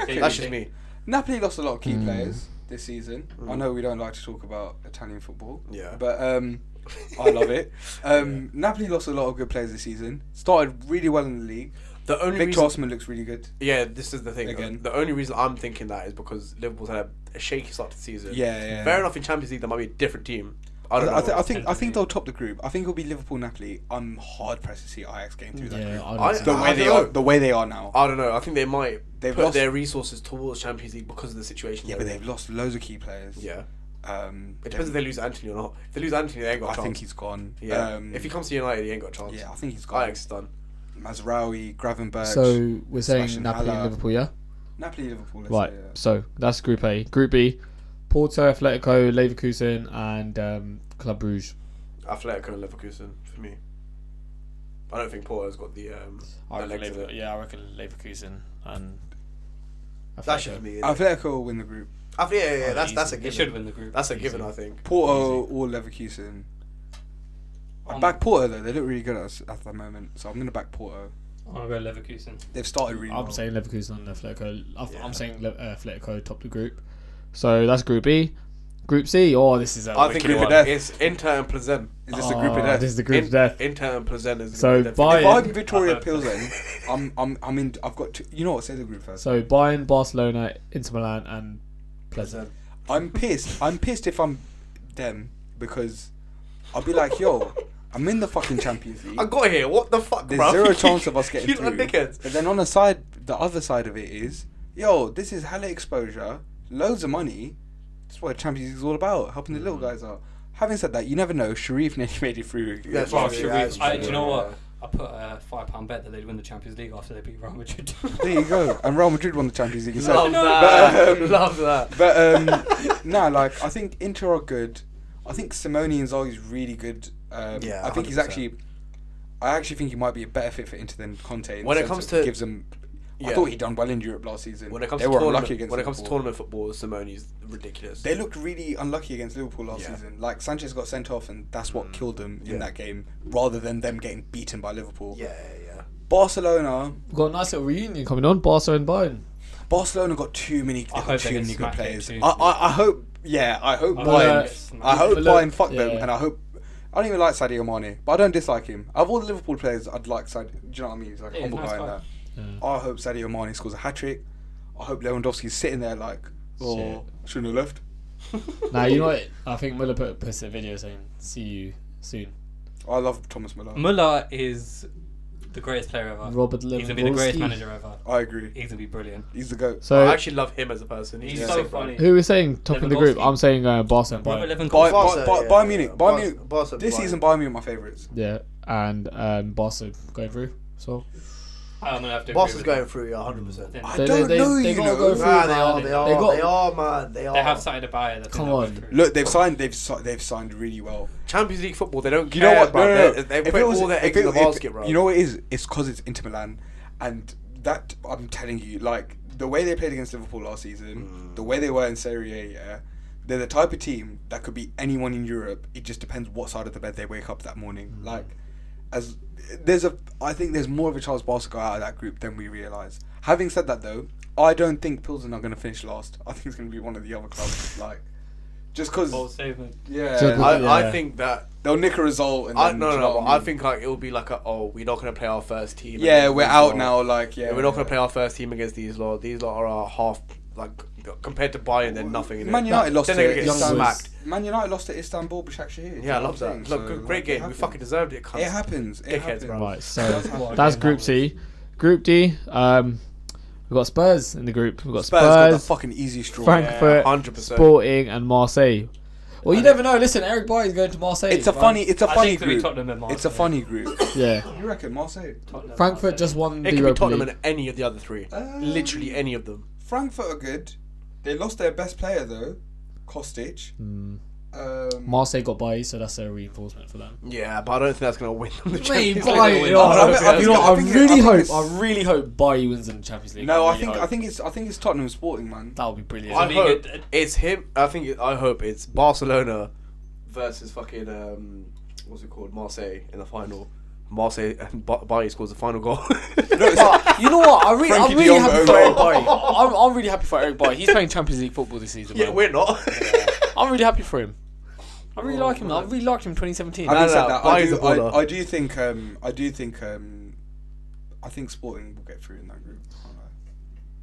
S3: reckon?
S1: That's just me.
S3: Napoli lost a lot of key players this season. I know we don't like to talk about Italian football.
S1: Yeah.
S3: But um, I love it. Um, Napoli lost a lot of good players this season. Started really well in the league.
S1: The only
S3: Victor
S1: reason,
S3: Osman looks really good.
S1: yeah, this is the thing.
S3: Again.
S1: The only reason I'm thinking that is because Liverpool's had a shaky start to the season.
S3: Yeah, yeah.
S1: Fair enough. In Champions League, there might be a different team. I don't
S3: I, I,
S1: know.
S3: th- I think I think they'll top the group. I think it'll be Liverpool, Napoli. I'm hard pressed to see Ajax getting through that.
S6: yeah,
S3: Group.
S6: I
S1: I-
S6: don't
S3: The
S6: know.
S1: I
S3: way they
S1: dunno.
S3: are, the way they are now.
S1: I don't know. I think they might
S3: They've
S1: put
S3: lost-
S1: their resources towards Champions League because of the situation.
S3: Yeah,
S1: they're
S3: but
S1: in.
S3: they've lost loads of key players.
S1: yeah.
S3: Um,
S1: It depends if they lose Anthony or not. If they lose Anthony, they ain't got a
S3: I
S1: chance.
S3: think he's gone.
S1: yeah.
S3: Um,
S1: if he comes to United, he ain't got a chance.
S3: yeah, oh, I think he's gone.
S1: Ajax is done.
S3: Masraoui, Gravenberch.
S6: So we're saying
S3: Smashing
S6: Napoli and
S3: Hala.
S6: Liverpool, yeah.
S3: Napoli, Liverpool. Let's
S6: Right.
S3: Say, yeah.
S6: So that's Group A. Group B, Porto, Atletico, Leverkusen, and um, Club Brugge.
S1: Atletico and Leverkusen for me. I don't think Porto's got the um.
S4: I
S1: the
S4: reckon
S1: legs of
S4: Lever-
S1: it.
S4: yeah, I reckon Leverkusen and
S1: That should be. I
S3: Atletico will win the group.
S1: think yeah, yeah, yeah,
S4: Oh,
S1: that's that's a
S4: easy.
S2: They
S1: given.
S2: should win the group.
S1: That's a
S2: Easy.
S1: given, I think.
S3: Porto or Leverkusen. I
S2: Um,
S3: back Porto though. They look really good at us at the moment, so I'm gonna back Porto.
S2: I'm gonna go Leverkusen.
S3: They've started really
S6: I'm
S3: well.
S6: saying Leverkusen and Atletico. I th-
S1: Yeah.
S6: I'm saying Le- uh, Atletico top the group. So that's Group B. Group C. Oh, this is a
S1: I think
S6: wicked
S1: group of
S6: one.
S1: death is Inter and Plezen.
S3: Is this a group of
S6: Oh,
S3: death?
S6: This is the group
S1: In,
S6: of death.
S1: Inter and Plezen is.
S6: So
S1: group of death.
S6: Bayern-
S3: if I had
S2: I
S3: Victoria
S6: [LAUGHS]
S2: hope-
S3: Pilsen, I'm I'm I'm in. I've got. Two, you know what? Say the group first.
S6: So Bayern, Barcelona, Inter Milan, and Pleasant.
S1: Plezen.
S3: I'm pissed. I'm pissed if I'm them because I'll be like, yo, I'm in the fucking Champions League.
S1: I got here. What the fuck,
S3: There's
S1: bruv? [LAUGHS]
S3: zero chance of us getting
S1: you lot
S3: through.
S1: dickheads.
S3: But then on the side, the other side of it is, yo, this is hella exposure, loads of money. That's what Champions League is all about, helping the
S1: Mm.
S3: little guys out. Having said that, you never know. Sharif nearly [LAUGHS] made it through.
S1: That's
S2: Well,
S1: true,
S2: should
S1: yeah,
S2: we,
S1: that's
S2: I,
S1: true,
S2: do you know
S1: yeah.
S2: what? I put a five pound bet that they'd win the Champions League after they beat Real Madrid. [LAUGHS]
S3: There you go. And Real Madrid won the Champions League.
S1: Love
S3: itself.
S1: that.
S3: But, um,
S1: [LAUGHS] Love that.
S3: But um, [LAUGHS] no, like I think Inter are good. I think Simone Inzaghi is really good. Um,
S1: Yeah,
S3: I think he's
S1: 100%.
S3: actually. I actually think he might be a better fit for Inter than Conte. in the
S1: When it
S3: sense
S1: comes
S3: of
S1: to-
S3: gives them. I
S1: yeah.
S3: thought he'd done well in Europe last season.
S1: When it comes
S3: they
S1: to
S3: were
S1: tournament,
S3: unlucky against
S1: when it comes to
S3: Liverpool.
S1: tournament football, Simone's ridiculous.
S3: They looked really unlucky against Liverpool last
S1: Yeah. Mm.
S3: season. Like Sanchez got sent off, and that's what killed them
S1: Yeah.
S3: in that game, rather than them getting beaten by Liverpool.
S1: yeah, yeah, yeah.
S3: Barcelona,
S6: We've got a nice little reunion coming on. Barca and Bayern.
S3: Barcelona got too many, they
S2: I
S3: got
S2: hope they
S3: too
S2: get
S3: many good
S2: smacked
S3: players. I,
S2: too.
S3: I, I hope, yeah, I hope
S2: I hope
S3: Bayern,
S6: they get
S2: smacked.
S3: I hope
S6: But look,
S3: Bayern fuck them,
S6: yeah.
S3: and I hope. I don't even like Sadio Mane, but I don't dislike him. Of all the Liverpool players, I'd like Sadio. Do you know what I mean? He's like a
S2: Yeah, he's
S3: humble
S2: a nice
S3: guy. and
S2: guy.
S3: that. I hope Sadio Mane scores a hat trick. I hope Lewandowski's sitting there like, oh, shouldn't have left.
S6: Now you know what?
S4: I think Muller put posted a video saying "See you soon."
S3: I love Thomas Müller.
S2: Muller is the greatest player ever.
S6: Robert
S2: He's gonna be the
S6: Lewandowski.
S2: greatest manager ever.
S3: I agree.
S2: He's gonna be brilliant.
S3: He's the goat.
S1: I
S6: So
S1: actually love him as a person.
S2: He's
S1: just
S2: so
S1: sick, bro.
S2: funny.
S6: who is saying top of the group?
S2: Lewandowski.
S6: I'm saying uh, Barca and
S2: Robert
S6: Bayern.
S3: By,
S2: Lewandowski.
S1: Barca,
S3: by, by,
S1: yeah,
S3: Bayern
S1: yeah,
S3: Munich.
S1: yeah.
S3: Bayern
S1: Barca-
S3: Munich.
S1: Barca,
S3: this
S1: Bayern.
S3: season, Bayern Munich are my favourites.
S6: Yeah, and um, Barca going through. So
S2: I'm gonna have to.
S1: Boss is
S2: agree
S1: going
S2: with
S1: through, yeah, 100%.
S2: him.
S3: I
S6: They-
S3: don't
S6: they-
S3: know,
S6: they
S3: you
S6: gotta
S3: know.
S6: go through.
S1: Nah, they
S6: man.
S1: are, they are,
S6: They
S1: they,
S6: got-
S1: are, man, they are.
S2: They have signed a buyer. that
S6: Come
S2: they'll
S6: on.
S2: go through.
S3: Look, they've signed. They've si- they've signed really well.
S1: Champions League football, they don't
S3: You
S1: care,
S3: know what?
S1: bro.
S3: Uh, No, no, no.
S1: They, they
S3: If
S1: put
S3: it was-
S1: all their
S3: if
S1: eggs
S3: it-
S1: in the
S3: if-
S1: basket, bro.
S3: You know what it is? It's because it's Inter Milan, and that I'm telling you, like the way they played against Liverpool last season,
S1: Mm.
S3: the way they were in Serie A, yeah, they're the type of team that could be anyone in Europe. It just depends what side of the bed they wake up that morning.
S1: Mm.
S3: Like, as there's a, I think there's more of a chance Barca go out of that group than we realize. Having said that, though, I don't think Pilsen are going to finish last. I think it's going to be one of the other clubs. like, just
S2: Bold
S3: because,
S2: statement.
S6: Just-
S3: yeah,
S1: I, I
S6: Yeah.
S1: think that.
S3: they'll nick a result. And
S1: I,
S3: then,
S1: no,
S3: do
S1: no,
S3: you
S1: no.
S3: know
S1: but
S3: what
S1: I
S3: mean?
S1: think like it will be like, a, oh, we're not gonna play our first team.
S3: Yeah,
S1: against
S3: we're
S1: these
S3: out
S1: lot.
S3: now. Like, yeah,
S1: we're not gonna
S3: yeah.
S1: play our first team against these lot. These lot are our half, like compared to Bayern, they're nothing. innit?
S3: Man United lost
S1: Then they're
S3: to
S1: gonna get
S6: Young Boys.
S1: smacked.
S3: Man United lost to Istanbul, Bashak Shahir.
S1: Yeah, I love that. Look, good- great game. We fucking deserved it.
S3: It
S1: cunts.
S3: happens. It
S1: Dickheads,
S3: happens.
S1: bro.
S6: right,
S3: It
S6: so
S3: does happen.
S6: that's
S2: Yeah,
S6: Group
S2: that
S6: C. Group D. Um, we've got Spurs in the group. We've got
S3: Spurs got the
S6: Spurs,
S3: fucking easy straw.
S6: Frankfurt,
S1: 100%.
S6: Sporting, and Marseille.
S4: Well, you never know. Listen, Eric Boy is going to Marseille.
S3: It's a
S4: right?
S3: funny. It's a
S2: I
S3: funny
S2: think it'll be
S3: group.
S2: Tottenham and
S3: It's a
S2: Marseille.
S3: funny group.
S6: Yeah.
S3: you reckon Marseille?
S2: Tottenham,
S4: Frankfurt
S2: Marseille.
S4: just won the
S1: It could be
S4: Europa
S1: Tottenham
S4: League.
S1: and any of the other three.
S3: Um,
S1: Literally any of them.
S3: Frankfurt are good. They lost their best player though, Kostic. Um,
S4: Marseille got by, so that's a reinforcement for them.
S1: Yeah, but I don't think that's gonna win them the
S4: Mate,
S1: Champions League.
S4: Bailly,
S1: Win.
S4: oh,
S1: I don't
S3: I
S1: think
S3: mean, I
S1: that's
S4: you know,
S1: gonna-
S4: I,
S3: I think it-
S4: really
S3: I think
S4: hope,
S3: it's-
S4: I really hope Bailly wins in the Champions League.
S3: no, I
S4: really
S3: think I
S4: hope.
S3: think it's I think it's Tottenham Sporting, man.
S4: that would be brilliant.
S1: I
S2: League
S1: hope
S2: it-
S1: it's him. I think it- I hope it's Barcelona versus fucking um, what's it called Marseille in the final. Marseille and ba- Bailly scores the final goal. [LAUGHS]
S4: But you know what? I really,
S3: Frankie
S4: I'm
S3: de
S4: really
S3: Jong
S4: happy for
S3: over.
S4: Eric Boy. I'm, I'm really happy for Eric Boy. He's playing Champions League football this season.
S1: yeah,
S4: man.
S1: we're not. [LAUGHS]
S4: I'm really happy for him. I really like him. I really liked him in 2017.
S1: I
S3: Having
S1: No,
S3: said
S1: no,
S3: that, [LAUGHS] I
S1: Bayern's
S3: do,
S1: a baller.
S3: I, I do think um, I do think um, I think Sporting will get through in that group. I don't know.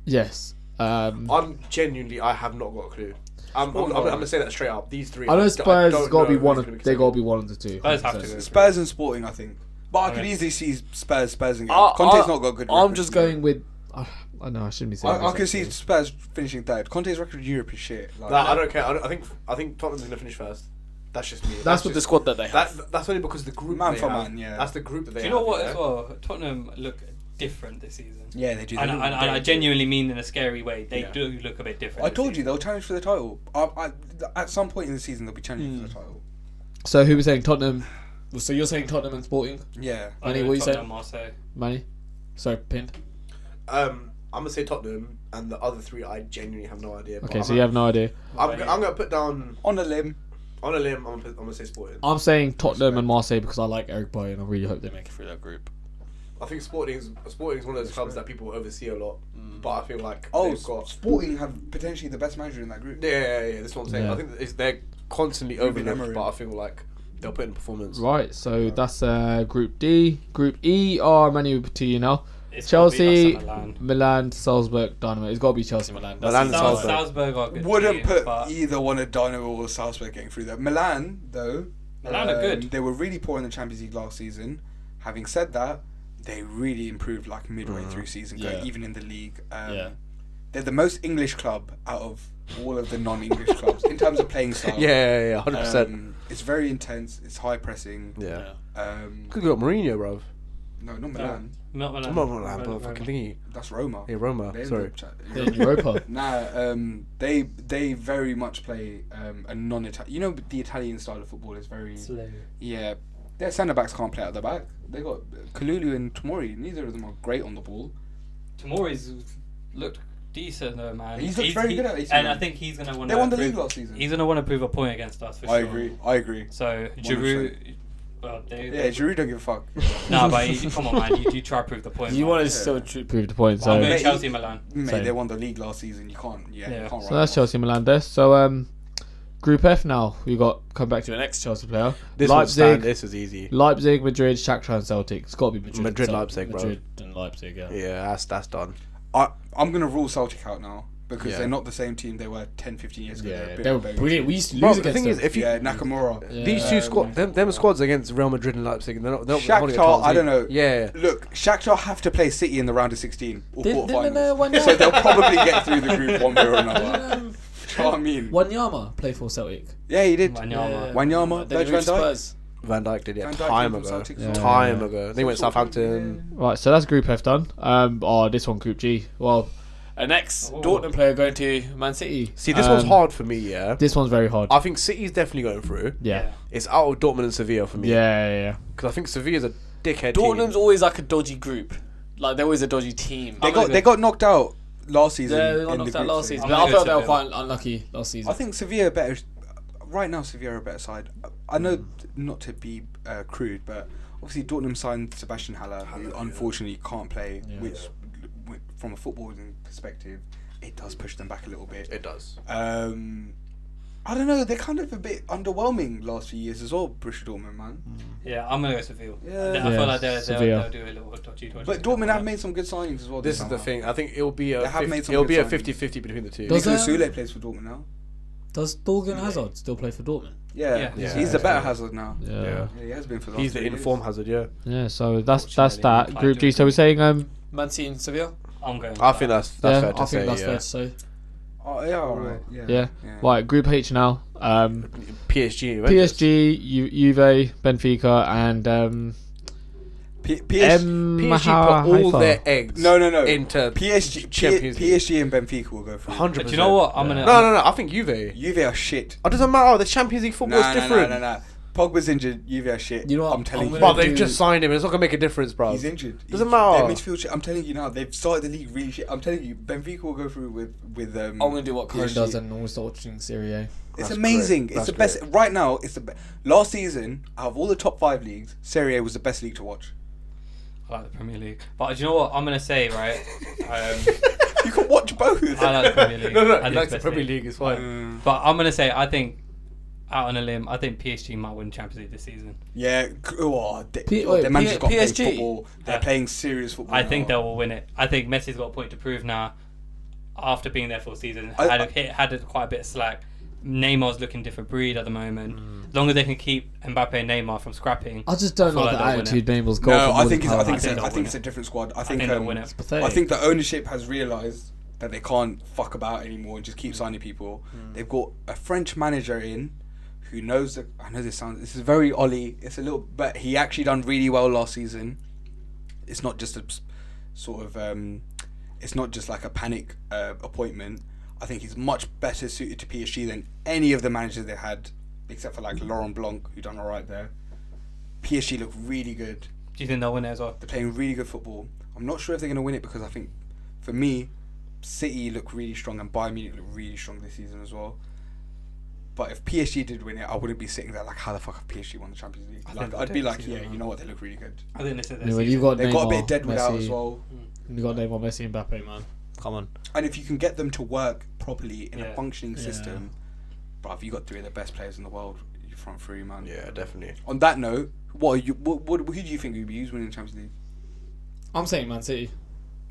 S6: Yes. Um,
S1: I'm genuinely. I have not got a clue. I'm, I'm, I'm, I'm gonna say that straight up. These three.
S6: I know
S1: don't-
S6: Spurs
S1: don't
S6: got to be
S1: know
S6: one.
S1: who's gonna
S6: Of, they got to be one of the two.
S2: Spurs have to
S6: 100%.
S2: go.
S3: Spurs and Sporting, I think. But I could easily see Spurs Spurs and
S4: I-
S3: Conte's
S4: I-
S3: not got good.
S4: I'm
S3: record
S4: just
S3: in Europe.
S6: Going with, I I know I shouldn't be saying.
S3: I, I
S6: this,
S3: could see
S6: actually.
S3: Spurs finishing third. Conte's record in Europe is shit. Like,
S1: Nah, I don't care. I, don't, I think I think Tottenham's gonna finish first. That's just me.
S6: That's
S4: with
S1: just-
S4: the squad that they have.
S1: That, that's only because the group.
S3: Man
S1: they
S3: for
S1: have.
S3: man, yeah.
S1: That's the group that they.
S2: Do you know
S1: have,
S2: what? As
S1: know?
S2: well, Tottenham look different this season.
S3: yeah, they do.
S2: And, I- and, I- I genuinely mean in a scary way. They
S3: Yeah.
S2: do look a bit different.
S3: I
S2: this
S3: told you
S2: season.
S3: they'll challenge for the title. I, I, at some point in the season, they'll be challenging for the title.
S6: So who was saying Tottenham?
S4: So you're saying Tottenham and Sporting?
S3: Yeah.
S2: I
S4: Manny,
S2: know
S4: what you
S2: Tottenham, Marseille.
S6: Money.
S4: Sorry, pinned.
S1: Um, I'm gonna say Tottenham, and the other three I genuinely have no idea. but
S6: Okay,
S1: I'm
S6: so
S1: gonna-
S6: you have no idea.
S1: I'm, go- I'm gonna put down
S3: On a limb.
S1: on a limb. I'm gonna, put, I'm gonna say Sporting.
S6: I'm saying Tottenham and Marseille because I like Eric Boy and I really hope they
S4: They
S6: make.
S4: make it through that group.
S1: I think Sporting is Sporting is one of those clubs that people oversee a lot, but I feel like
S3: Oh,
S1: they've got
S3: Sporting have potentially the best manager in that group.
S1: yeah, yeah, yeah. This is what I'm saying.
S6: Yeah.
S1: I think that it's, they're constantly
S3: Ruben
S1: overlooked,
S3: Amorim.
S1: but I feel like they'll put in performance.
S6: Right, so that's uh, Group D. Group E are many to you now.
S2: It's gotta be
S6: Chelsea,
S2: us and Milan.
S6: Milan, Salzburg, Dynamo. It's got to be Chelsea,
S4: Milan.
S6: Milan.
S1: Milan and
S2: Sal-
S1: Salzburg.
S2: Salzburg are a good.
S3: Wouldn't
S2: team,
S3: put
S2: but
S3: either one of Dynamo or Salzburg getting through there. Milan, though. um,
S2: Milan are good.
S3: They were really poor in the Champions League last season. Having said that, they really improved like midway
S1: Mm-hmm.
S3: through season, going-
S4: Yeah.
S3: even in the league. Um,
S4: Yeah.
S3: They're the most English club out of all of the non-English clubs in terms of playing style.
S1: [LAUGHS] [LAUGHS] Yeah, yeah, yeah, hundred percent.
S3: Um, it's very intense. It's high pressing.
S1: Yeah,
S3: Um,
S1: because we got Mourinho, bro.
S3: no, not Milan.
S2: not Milan.
S1: I'm not Milan, bro.
S2: Milan.
S1: Fucking thingy.
S3: That's Roma.
S1: Yeah, Roma.
S3: They're in
S1: Sorry.
S3: the cha-
S6: They're in Europa.
S3: Nah, um, they they very much play um, a non-Italian. You know, the Italian style of football is very yeah. Their centre backs can't play out the back. They got uh, Kalulu and Tomori. Neither of them are great on the ball.
S2: Tomori's looked decent though, man.
S3: He's looked very good at AC
S2: and I
S3: Milan.
S2: think he's gonna want.
S3: They
S2: to
S3: won the
S2: prove-
S3: league last season.
S2: He's gonna want to prove a point against us for
S3: I
S2: sure.
S3: agree. I agree.
S2: So Giroud, well, they,
S3: Yeah, Giroud don't give a fuck.
S2: nah, but you, come on, man, you do try to prove the point.
S4: You
S2: man.
S4: want to
S3: Yeah.
S4: still true.
S6: Prove the point.
S2: I'm
S6: So,
S2: going
S3: Mate,
S2: Chelsea, Milan.
S3: Mate,
S6: Same.
S3: they won the league last season. You can't. Yeah,
S2: Yeah.
S3: you can't. write
S6: so that's
S3: them off.
S6: Chelsea, Milan. There. So um, Group F now. We got come back to an ex-Chelsea player.
S1: [LAUGHS] This was
S6: Leipzig,
S1: This is easy.
S6: Leipzig, Madrid, Shakhtar, and Celtic. It's got to be Madrid. and
S1: Madrid,
S6: Celtic.
S1: Leipzig, bro.
S6: Madrid.
S4: And Leipzig, yeah.
S1: Yeah, that's that's done.
S3: I, I'm gonna rule Celtic out now because
S1: Yeah.
S3: they're not the same team they were 10, 15 years ago.
S6: Yeah,
S3: They're a bit
S6: they were
S3: better.
S4: Brilliant. We used to lose
S1: Bro, the
S4: against
S1: thing
S4: them.
S1: is, if you
S3: Yeah, Nakamura.
S1: These
S6: Yeah.
S1: two squad, them, them squads against Real Madrid and Leipzig, they're not. They're not holding a
S3: Shakhtar,
S1: Champions
S3: I don't
S1: League.
S3: know.
S1: Yeah, yeah.
S3: Look, Shakhtar have to play City in the round of 16 or
S4: Didn't- didn't, uh,
S3: quarterfinals.
S4: Wanyama-
S3: [LAUGHS] so they'll probably get through the group one way
S4: [LAUGHS]
S3: or another. Do
S4: Um,
S3: you know what I mean?
S4: Wanyama played for Celtic.
S3: Yeah, he did.
S2: Wanyama.
S4: Yeah.
S3: Wanyama,
S4: Then he
S3: Virgil
S4: went to
S3: van Dijk.
S4: Spurs.
S1: Van Dijk did it
S3: Van Dijk
S1: time
S3: came from
S1: ago.
S3: Celtic.
S6: Yeah.
S1: Time ago. They went Southampton.
S6: Right, so that's Group F done. Um, oh, this one, Group G. Well,
S4: An ex Dortmund player going to Man City.
S1: See, this one's
S6: Um,
S1: hard for me. Yeah,
S6: this one's very hard.
S1: I think City's definitely going through.
S6: yeah.
S1: It's out of Dortmund and Sevilla for
S6: Yeah,
S1: me.
S6: yeah, yeah. yeah.
S1: because I think Sevilla's a dickhead
S4: Dortmund's
S1: team.
S4: always like a dodgy group. Like they're always a dodgy team.
S3: They got they got knocked out last season.
S4: Oh, yeah, they
S3: in
S4: got knocked
S3: the
S4: out
S3: group
S4: last
S3: stage.
S4: season.
S2: I'm
S4: But
S2: gonna
S4: I
S2: go
S4: felt they were
S2: Sevilla.
S4: quite unlucky last season.
S3: I think Sevilla are better. Right now, Sevilla are a better side. I
S4: Hmm.
S3: know not to be uh, crude, but obviously Dortmund signed Sebastian Haller, who unfortunately can't play, which, w- from a footballing perspective, it does push them back a little bit.
S1: It does.
S3: Um, I don't know. They're kind of a bit underwhelming last few years as well, Borussia Dortmund, man.
S1: Mm.
S2: Yeah, I'm gonna go Seville.
S3: Yeah.
S2: I
S6: Yeah,
S2: feel like they're, they'll,
S6: Sevilla.
S2: they'll do a little dodgy, dodgy.
S3: But Dortmund have made some good signings as well.
S1: This is the
S3: summer.
S1: thing. I think it'll be
S3: They
S1: a
S3: have made
S1: 50,
S3: some
S1: it'll
S3: good
S1: be a
S3: signings.
S1: 50-50 between the two.
S4: Does-
S3: Nicolas
S4: um,
S3: Sule plays for Dortmund now.
S4: Does Dorgan Hazard still play for Dortmund?
S3: Yeah,
S2: Yeah.
S1: Yeah.
S3: he's the better Hazard now.
S6: Yeah.
S1: Yeah.
S3: Yeah, he has been for the last
S1: He's the
S3: three
S1: in form hazard. Yeah,
S6: Yeah, so that's that's that
S2: Unfortunately,
S6: group G. So we're saying um
S4: Man City and Sevilla?
S2: I'm going. with
S1: I
S2: that.
S1: think that's that's
S6: Yeah,
S1: fair
S6: I
S1: to
S6: think
S1: say.
S4: that's
S1: yeah.
S4: fair to say.
S3: years. Oh yeah, all right. Yeah.
S6: yeah. right group H now. Um,
S1: PSG. Right?
S6: PSG, Ju- Juve, Benfica, and um,
S3: P- PSG,
S1: Um,
S6: M.
S1: PSG put all
S6: Haifa.
S1: their eggs.
S3: No, no, no.
S1: Into
S3: PSG,
S1: Champions League.
S3: PSG and Benfica will go through.
S1: Hundred
S2: But
S1: percent.
S2: do you know what? I'm gonna.
S1: No, no, no. I think Juve.
S3: Juve are shit.
S1: It doesn't matter. The Champions League football
S3: Nah,
S1: is
S3: nah, nah,
S1: different.
S3: nah, nah. Pogba's injured. Juve are shit.
S4: You know what?
S3: I'm telling
S4: I'm
S3: you.
S4: gonna-
S1: But they've
S4: Dude.
S1: just signed him. It's not gonna make a difference, bro.
S3: He's injured.
S1: Doesn't
S3: He's injured.
S1: matter.
S3: Their midfield shit. I'm telling you now, they've started the league really shit. I'm telling you, Benfica will go through with with. Um,
S4: I'm gonna do what Cohen
S3: PSG.
S4: does and always start watching Serie A.
S3: It's
S1: That's
S3: amazing.
S1: great.
S3: It's
S1: That's
S3: the best right now. It's the best. Last season, out of all the top five leagues, Serie A was the best league to watch. [LAUGHS]
S2: I like the Premier League. But do you know what? I'm gonna say right. Um,
S3: You can watch both.
S2: I like
S1: [LAUGHS]
S2: the Premier League.
S1: no, no.
S2: I
S1: He
S2: do
S1: likes the
S2: best
S1: Premier
S2: league.
S1: League. It's fine.
S2: But I'm gonna say I think out on a limb, I think PSG might win Champions League this season.
S3: [LAUGHS] yeah, c- oh, they,
S4: P-
S3: oh,
S4: wait,
S3: their manager's
S4: P-
S3: got to
S4: PSG?
S3: play football. They're
S2: Yeah.
S3: playing serious football.
S2: I think they
S3: now.
S2: will win it. I think Messi's got a point to prove now. After being there full season,
S3: I-
S2: had
S3: I-
S2: a, hit, had a, quite a bit of slack. Neymar's looking different breed at the moment.
S6: Mm.
S2: As long as they can keep Mbappe and Neymar from scrapping,
S6: I just don't
S2: Full
S6: like
S2: out,
S6: the
S2: they'll win
S6: attitude Neymar's got.
S3: No,
S6: from
S3: I
S6: all
S3: think
S6: the
S3: it's, I
S6: power.
S3: think it's,
S2: I think
S3: a, I
S2: they'll
S3: think
S2: win
S3: it's
S2: it.
S3: a different squad. I
S2: I
S3: think
S2: think they'll
S3: um,
S2: win it.
S6: pathetic.
S3: I think the ownership has realised that they can't fuck about anymore and just keep signing people. They've got a French manager in who knows the. I know this sounds. This is very Ollie. It's a little, but he actually done really well last season. It's not just a s- sort of. Um, it's not just like a panic uh, appointment. I think he's much better suited to PSG than any of the managers they had, except for like Laurent Blanc, who done all right there. PSG look really good
S2: Do you think they'll win it as well?
S3: they're playing really good football. I'm not sure if they're going to win it because I think, for me, City look really strong and Bayern Munich look really strong this season as well. But if PSG did win it, I wouldn't be sitting there like, how the fuck have PSG won the Champions League?
S2: think
S3: Like,
S2: they
S3: I'd be
S2: did
S3: like,
S2: this
S3: yeah,
S2: season,
S3: you know what, they look really good.
S2: I think this is their
S6: Anyway,
S2: season.
S6: you've got
S3: They've got a bit
S6: Neymar,
S3: of Deadwood out as
S6: Messi.
S3: well.
S6: You got Neymar, Messi, and Mbappe, man. Come on.
S3: And if you can get them to work properly in a
S2: Yeah.
S3: functioning
S6: Yeah.
S3: system, bruv, you got three of the best players in the world. You front three, man.
S1: Yeah, definitely.
S3: On that note, what are you? What, what, who do you think would be used winning the Champions League?
S4: I'm saying Man [LAUGHS] City.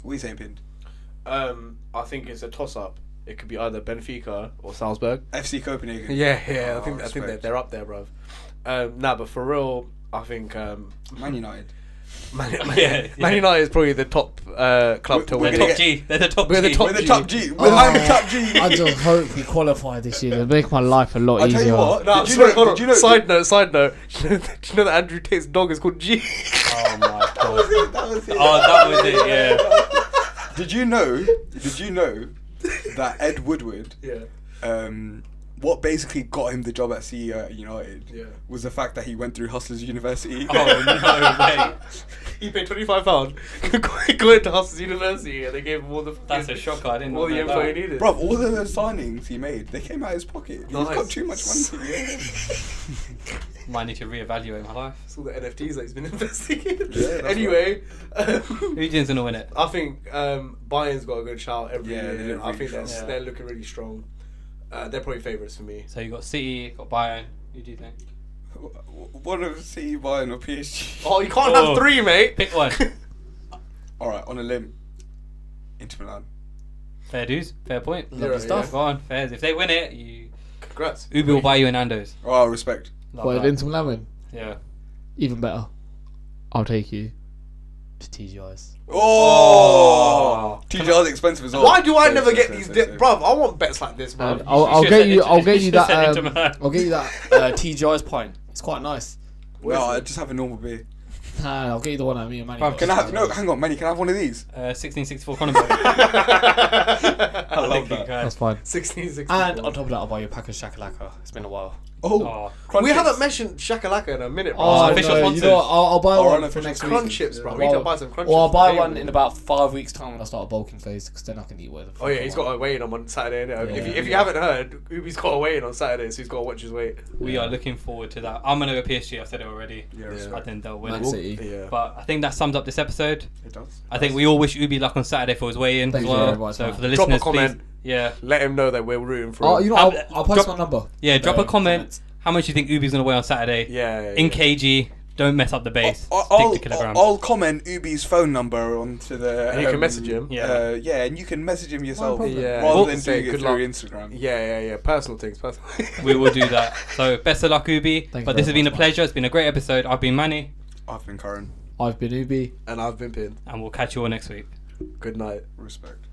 S3: What are you saying, Pind?
S1: Um, I think it's a toss-up. It could be either Benfica or Salzburg.
S3: FC Copenhagen.
S1: Yeah, yeah.
S3: Oh,
S1: I think I think they're,
S3: respect.
S1: they're up there, bruv. Um, nah, but for real, I think um, [LAUGHS]
S3: Man United.
S2: [LAUGHS]
S1: Man, Man,
S2: Yeah,
S1: Man
S2: yeah.
S1: United is probably the top uh, club
S3: We're-
S1: to
S3: we're
S1: win.
S2: They're
S3: gonna
S1: it. [LAUGHS]
S2: top
S3: get-
S2: G. They're the top
S1: We're the
S2: G.
S1: top
S3: We're the
S1: G.
S3: top G. We're,
S6: Oh.
S3: I'm the top G.
S6: I just hope we qualify this
S4: [LAUGHS]
S6: year. It'll make my life a lot
S3: I
S6: easier.
S3: tell you what.
S1: No,
S3: did you
S1: sorry,
S3: know,
S1: hold
S3: did
S1: on.
S3: you know,
S1: side note, side note. [LAUGHS] Do you know that, do you know that Andrew Tate's dog is called G?
S2: Oh my
S3: That was
S2: god.
S3: it. That was it.
S2: [LAUGHS] Oh, that was it. Yeah.
S1: [LAUGHS]
S3: Did you know? Did you know that Ed Woodward,
S1: yeah.
S3: um, what basically got him the job at CEO at United,
S1: Yeah.
S3: was the fact that he went through Hustlers University. [LAUGHS]
S2: Oh no way.
S1: [LAUGHS] He paid twenty five [LAUGHS] pound. Going to Hustlers University, and they gave him all the
S2: That's a shocker. I didn't
S1: all the
S2: know
S1: info he
S2: that.
S1: needed.
S3: Bro, all of those signings he made, they came out of his pocket. He's got
S1: Nice.
S3: too
S1: [LAUGHS]
S3: much money.
S2: [LAUGHS]
S3: [LAUGHS]
S2: Might need to reevaluate my life.
S1: It's all the NFTs that he's been [LAUGHS] investing in.
S3: Yeah, that's
S1: anyway,
S2: Who
S1: um, [LAUGHS]
S2: do you think's gonna win it?
S1: I think um, Bayern's got a good shout every
S3: Yeah,
S1: year.
S3: they look
S1: I
S3: really
S1: think they're,
S2: strong.
S1: they're looking really strong. Uh, they're probably favourites for me.
S2: So you got City, got Bayern. Who do you think?
S3: One of City, Bayern, or PSG.
S1: Oh, you can't
S2: Oh.
S1: have three, mate. [LAUGHS]
S2: Pick one.
S3: All right, on a limb, Inter Milan.
S2: Fair dues. Fair point.
S1: Lovely Yeah, stuff. yeah.
S2: Go on. Fairs. If they win it, you.
S1: Congrats.
S2: Ubi will buy you an Nando's.
S3: Oh, respect.
S2: Love
S6: Well,
S2: that.
S6: Inter Milan win.
S2: Yeah.
S6: Even better. I'll take you to TGI's.
S3: Oh, TJ's expensive as well.
S1: Why do I
S3: Safe,
S1: never
S3: safe,
S1: get
S3: safe,
S1: these,
S3: safe,
S1: di-
S3: safe.
S1: bruv? I want bets like
S3: Oh,
S1: this, bruv.
S6: And
S1: [LAUGHS]
S6: Um, I'll, I'll
S2: should
S6: get
S2: have
S6: you.
S2: said
S6: I'll
S2: Inter-
S6: get
S2: you
S6: you
S2: should have
S6: that.
S2: said Inter
S6: Um,
S2: Milan.
S6: I'll get you that.
S4: Uh, TGI's pint. It's quite nice.
S1: What is
S3: No,
S1: it?
S3: I just have a normal beer.
S6: Nah, I'll get you the one I mean, man.
S2: Bruv,
S3: Can I have no? Hang on, Manny. Can I have one of these?
S2: Uh,
S1: [LAUGHS]
S2: 1664 Cronenberg.
S1: I
S3: love that.
S6: That's fine.
S1: 1660.
S4: And on top of that, I'll buy you a pack of shakalaka. It's been a while.
S3: Oh,
S2: Oh.
S3: crunch
S1: we
S3: chips.
S1: haven't mentioned shakalaka in a minute, bro.
S2: Oh,
S1: So
S6: Oh,
S2: official
S6: no, you
S2: sponsors.
S6: know what? I'll, I'll buy
S3: Or
S6: one for
S3: unofficial
S6: next week.
S1: crunch chips, bro. We need
S6: Well,
S1: to buy some crunch
S4: Or I'll
S1: chips.
S4: buy
S1: Hey,
S4: one in about five weeks' time when I start bulking phase, because then I can eat whatever.
S1: Oh yeah, he's got a weigh in on Saturday. innit?
S4: Yeah.
S1: If you, if you haven't heard, Ubi's got a weigh in on Saturday, so he's got to watch his weight.
S2: We are looking forward to that. I'm gonna go PSG. I said it already.
S1: Yeah.
S2: I think they'll win
S6: Man
S2: it.
S6: City.
S1: Yeah.
S2: But I think that sums up this episode.
S3: It does.
S2: I think we all wish Ubi luck on Saturday for his way in
S6: Thank
S2: as
S6: you very
S2: well.
S6: much,
S2: So
S6: man.
S2: for the
S1: Drop a
S2: listeners,
S1: comment.
S2: please, yeah,
S1: Let him know that we're rooting for.
S6: Oh,
S1: him.
S6: you know, what?
S2: Um,
S6: I'll, I'll post
S2: drop-
S6: my number.
S2: yeah. Drop a
S4: Very
S2: comment.
S4: comment.
S2: How much you think Ubi's gonna weigh on Saturday?
S1: yeah, Oh, yeah,
S2: In
S1: yeah.
S2: kg. Don't mess up the base.
S3: I'll,
S2: Stick
S3: I'll,
S2: to kilograms.
S3: I'll comment Ubi's phone number onto the.
S1: And you can message him.
S2: Yeah.
S3: Uh, yeah, and you can message him yourself
S6: problem.
S1: Yeah.
S3: rather
S1: Well,
S3: than
S1: say
S3: doing it
S1: good
S3: through
S1: luck.
S3: Instagram.
S1: Yeah, yeah, yeah. Personal things, personal.
S2: we will do that. So best of luck, Ubi.
S6: Thank you
S2: but this has
S6: very
S2: been a
S6: much, man.
S2: pleasure. It's been a great episode. I've been Manny,
S3: I've been current.
S6: I've been Ubi.
S1: [LAUGHS] and I've been pinned.
S2: and we'll catch you all next week.
S1: Good night.
S3: Respect.